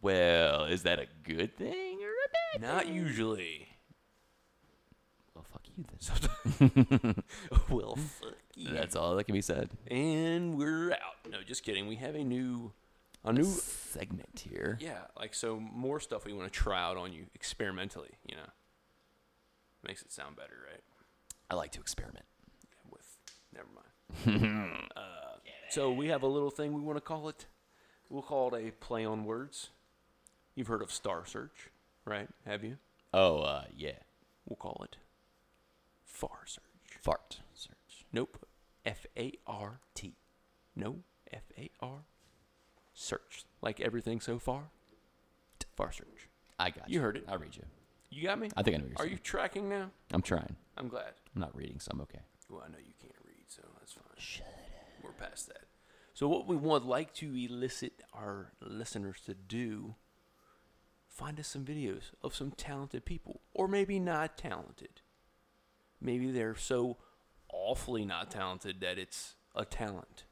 Well, is that a good thing or a bad?
Not usually.
Well, fuck you. Then.
well, fuck you.
That's all that can be said.
And we're out. No, just kidding. We have a new, a new.
Segment here.
Yeah, like so, more stuff we want to try out on you experimentally. You know, makes it sound better, right?
I like to experiment.
with. Never mind. uh, so we have a little thing we want to call it. We'll call it a play on words. You've heard of Star Search, right? Have you?
Oh, uh, yeah.
We'll call it Far Search.
Fart search.
Nope. F A R T. No. F A R. Search. Like everything so far. T- Far Search.
I got you.
You heard it.
I read you.
You got me?
I think I know what you're
Are
saying.
you tracking now?
I'm trying.
I'm glad.
I'm not reading, so I'm okay.
Well, I know you can't read, so that's fine. We're past that. So what we would like to elicit our listeners to do, find us some videos of some talented people, or maybe not talented. Maybe they're so awfully not talented that it's a talent.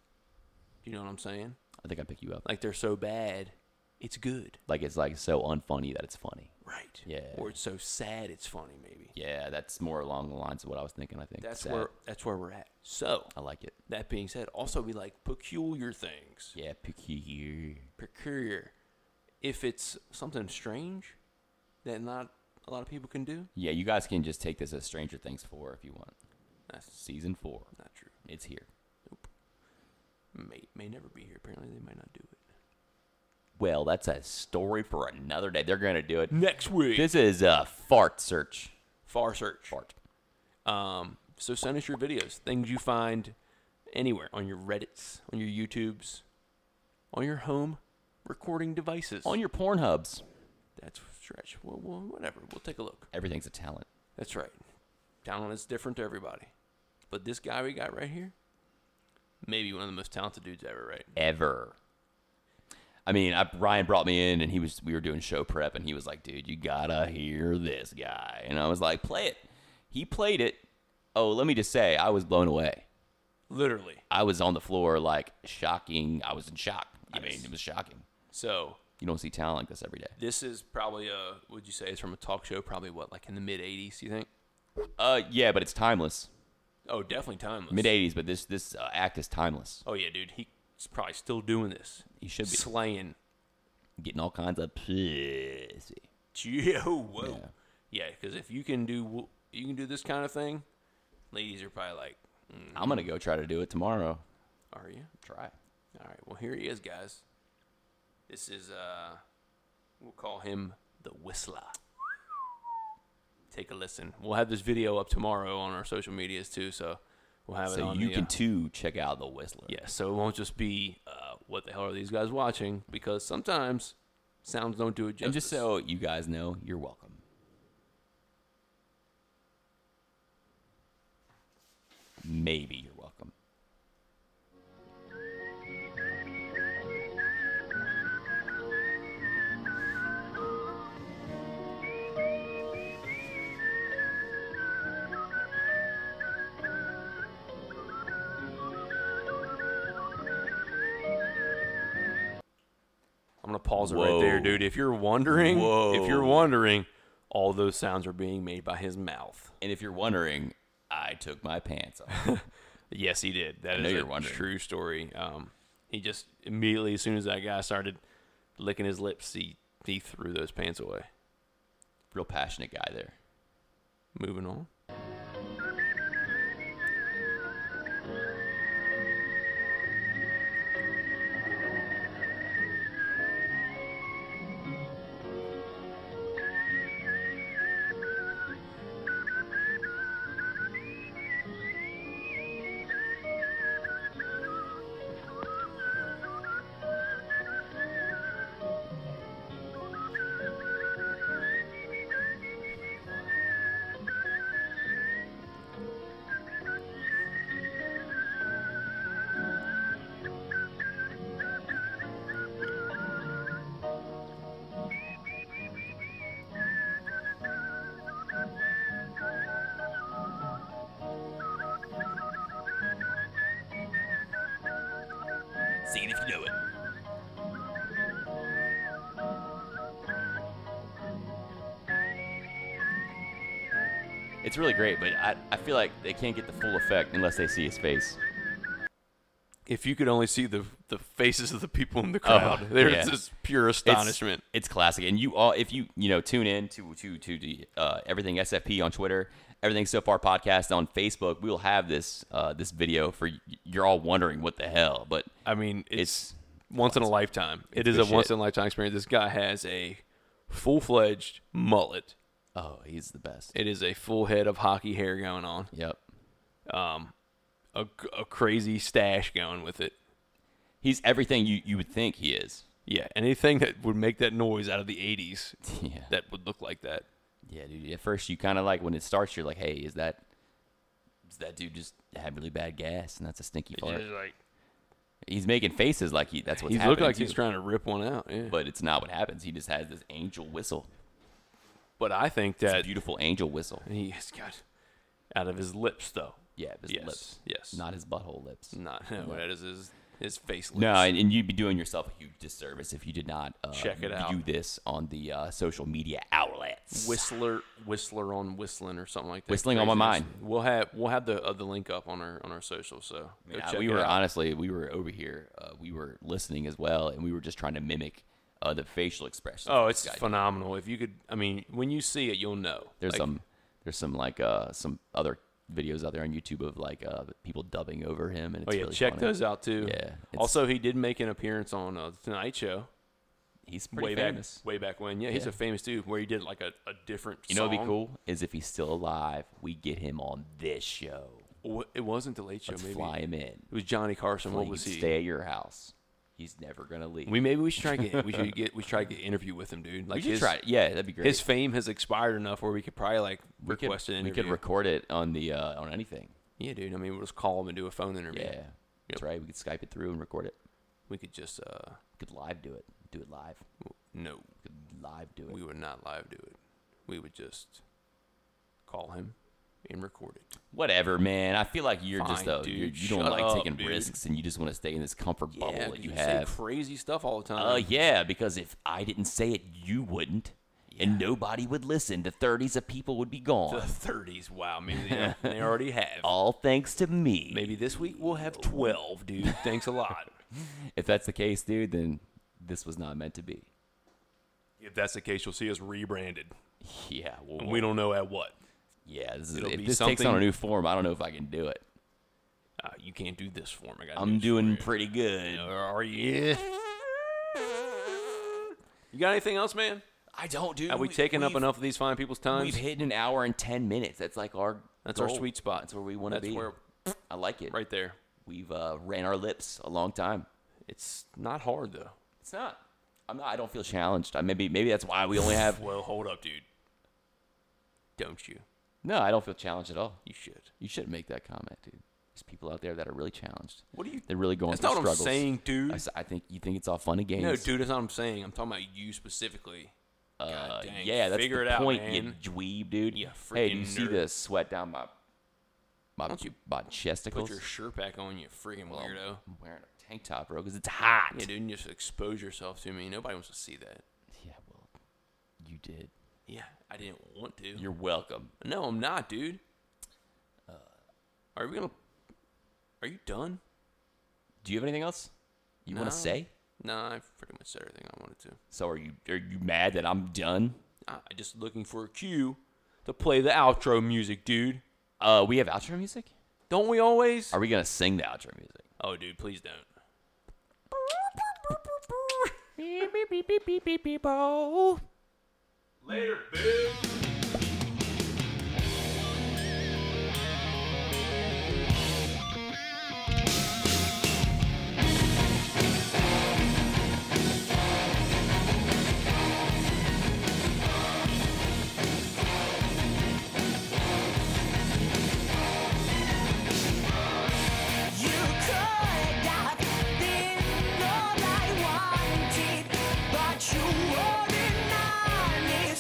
Do you know what I'm saying?
I think I pick you up.
Like they're so bad, it's good.
Like it's like so unfunny that it's funny.
Right.
Yeah.
Or it's so sad it's funny maybe.
Yeah, that's more along the lines of what I was thinking. I think
That's
Sad.
where that's where we're at. So
I like it.
That being said, also we like peculiar things.
Yeah, peculiar.
Peculiar. If it's something strange that not a lot of people can do,
Yeah, you guys can just take this as Stranger Things four if you want.
that's
Season four,
not true.
it's here.
May may never be here. Apparently, they might not do it.
Well, that's a story for another day. They're gonna do it.
Next week,
This is a fart search.
far search.
Fart.
Um, so send us your videos, things you find anywhere on your Reddit's, on your YouTubes, on your home recording devices.
On your porn hubs,
that's a stretch. Well, well, whatever. We'll take a look.
everything's a talent.
That's right. Talent is different to everybody. But this guy we got right here, maybe one of the most talented dudes ever, right?
ever. I mean, I, Ryan brought me in and he was we were doing show prep and he was like, "Dude, you gotta hear this guy." And I was like, "Play it." He played it. Oh, let me just say, I was blown away.
Literally.
I was on the floor like shocking. I was in shock. I mean,
Yes.
it was shocking.
So
You don't see talent like this every day.
this is probably uh would you say it's from a talk show, probably what, like in the mid eighties, you think?
Uh, yeah, but it's timeless.
Oh, definitely timeless.
Mid '80s, but this this uh, act is timeless.
Oh yeah, dude, he's probably still doing this.
He should be
Slaying.
getting all kinds of pussy.
Yeah, whoa.
Yeah.
Yeah, because if you can do w- you can do this kind of thing, ladies are probably like, mm,
I'm gonna go try to do it tomorrow.
are you?
Try.
All right, well here he is, guys. This is uh, we'll call him the Whistler. Take a listen. We'll have this video up tomorrow on our social medias too, so we'll have it
So
on.
you
the,
can
uh,
too check out the Whistler.
yeah, so it won't just be uh, what the hell are these guys watching? Because sometimes sounds don't do it justice.
And just so you guys know, you're welcome. Maybe you're welcome.
balls are right there,
Whoa.
dude. If you're wondering, if you're
Whoa.
wondering, all those sounds are being made by his mouth.
And if you're wondering, I took my pants off.
Yes, he did. That is
know
a
you're wondering.
true story. Um, he just immediately, as soon as that guy started licking his lips, he, he threw those pants away.
Real passionate guy there.
Moving on.
Sing it if you know it. It's really great, but I, I feel like they can't get the full effect unless they see his face.
If you could only see the the faces of the people in the crowd, there's
yeah.
this pure astonishment.
It's, it's classic, and you all if you you know tune in to to to the uh, everything SFP on Twitter, everything so far podcast on Facebook. We'll have this uh, this video for y- you're all wondering what the hell, but
I mean, it's,
it's-
once in a lifetime. It is
good
a once
shit.
in a lifetime experience. This guy has a full fledged mullet.
oh, he's the best.
It is a full head of hockey hair going on.
yep,
A, a crazy stash going with it.
he's everything you you would think he is.
Yeah, anything that would make that noise out of the '80s
Yeah,
that would look like that.
yeah, dude. At first, you kind of like when it starts, you're like, hey, is that is that dude just had really bad gas, and that's a stinky fart.
like
He's making faces like he that's what's
he's
happening.
looking like
too.
he's trying to rip one out. Yeah. But,
but it's not what happens. He just has this angel whistle.
I think
It's a
that
beautiful angel whistle.
he has got out of his lips though.
Yeah, his
Yes,
lips.
yes.
Not his butthole lips.
Not no, that is his his face. Lips.
No, and, and you'd be doing yourself a huge disservice if you did not uh,
Check it
view
out.
this on the uh, social media outlets.
Whistler, Whistler on Whistling or something like that.
Whistling on my
Craziness.
mind.
We'll have we'll have the uh, the link up on our on our social. So
I
go
mean, I-
check
we
it
were
out.
honestly, we were over here. Uh, we were listening as well, and we were just trying to mimic uh, the facial expressions.
Oh,
of
it's
this guy.
phenomenal. If you could, I mean, when you see it, you'll know.
There's
Like,
some, there's some like uh, some other videos out there on YouTube of like uh, people dubbing over him, and
Oh
it's
yeah,
really
check
funny.
those out too.
Yeah, it's-
Also, he did make an appearance on uh, the Tonight Show
He's pretty
way
famous.
back way back when. Yeah, he's
Yeah.
a famous dude where he did like a, a different.
You know, what'd be
song.
cool is if he's still alive, we get him on this show.
Wha- It wasn't the Late Show.
Let's
maybe
fly him in.
it was Johnny Carson. What
Please
was he?
Stay at your house. He's never gonna leave.
We maybe we should try get we should get we should try get an interview with him, dude. Like
We should
his,
try it. Yeah, that'd be great.
his fame has expired enough where we could probably like
we could,
request an
we
interview.
could record it on the uh, on anything.
yeah, dude. I mean, we'll just call him and do a phone interview.
Yeah,
Yep.
that's right. We could Skype it through and record it.
We could just uh
We could live do it. Do it live.
no,
We could live do it.
we would not live do it. We would just call him and record it.
Whatever, man. I feel like you're just
Fine,
a you're,
dude.
you don't
Shut
like
up,
taking
dude.
risks and you just want to stay in this comfort bubble that
'cause
you,
say
have.
crazy stuff all the time.
Uh, yeah, because if I didn't say it, you wouldn't, and nobody would listen. The thirties of people would be
The
gone,
30s. Wow, maybe they, they already have.
all thanks to me.
Maybe this week we'll have 12, dude. Thanks a lot.
If that's the case, dude, then this was not meant to be.
if that's the case, you'll see us rebranded.
Yeah, well,
We don't know at what.
yeah. This is,
It'll
if
be
this takes on a
something-
new form, I don't know if I can do it.
Uh, you can't do this for me. I gotta
I'm
do
doing Oh, pretty good.
Are you? You got anything else, man?
I don't, dude.
Have we, taken up
we've-
enough of these fine people's time?
We've hit an hour and ten minutes. That's like our
That's our
goal.
sweet spot.
That's where we want to
That's
be.
where-
I like it.
right there.
We've uh, ran our lips a long time.
It's not hard though.
It's not. I'm not. I don't feel challenged. I, maybe maybe that's why we only have.
Well, hold up, dude. Don't you?
No, I don't feel challenged at all.
You should.
You shouldn't make that comment, dude. There's people out there that are really challenged.
What are you?
They're really going
That's
through
not what I'm
struggles.
saying, dude.
I s- I, think you think it's all fun and games.
no, dude, that's not what I'm saying. I'm talking about you specifically.
Uh,
God dang,
yeah, that's
figure
the
it out,
point,
man.
you dweeb, dude.
You
hey, do
freaking
you see
nerd.
the sweat down my my
don't you
my
Put
chesticles?
your shirt back on, you freaking weirdo.
I'm wearing a tank top, bro, because it's hot.
Yeah, dude, and just expose yourself to me. Nobody wants to see that.
Yeah, well, you did.
Yeah, I didn't want to.
You're welcome.
no, I'm not, dude. Uh, are we gonna? Are you done?
Do you have anything else you want
No.
to say?
Nah, I've pretty much said everything I wanted to.
So are you are you mad that I'm done?
I I just looking for a cue to play the outro music, dude.
Uh, we have outro music.
Don't we always?
Are we gonna sing the outro music?
oh, dude, please don't.
Beep, beep, beep, beep, beep, beep, oh.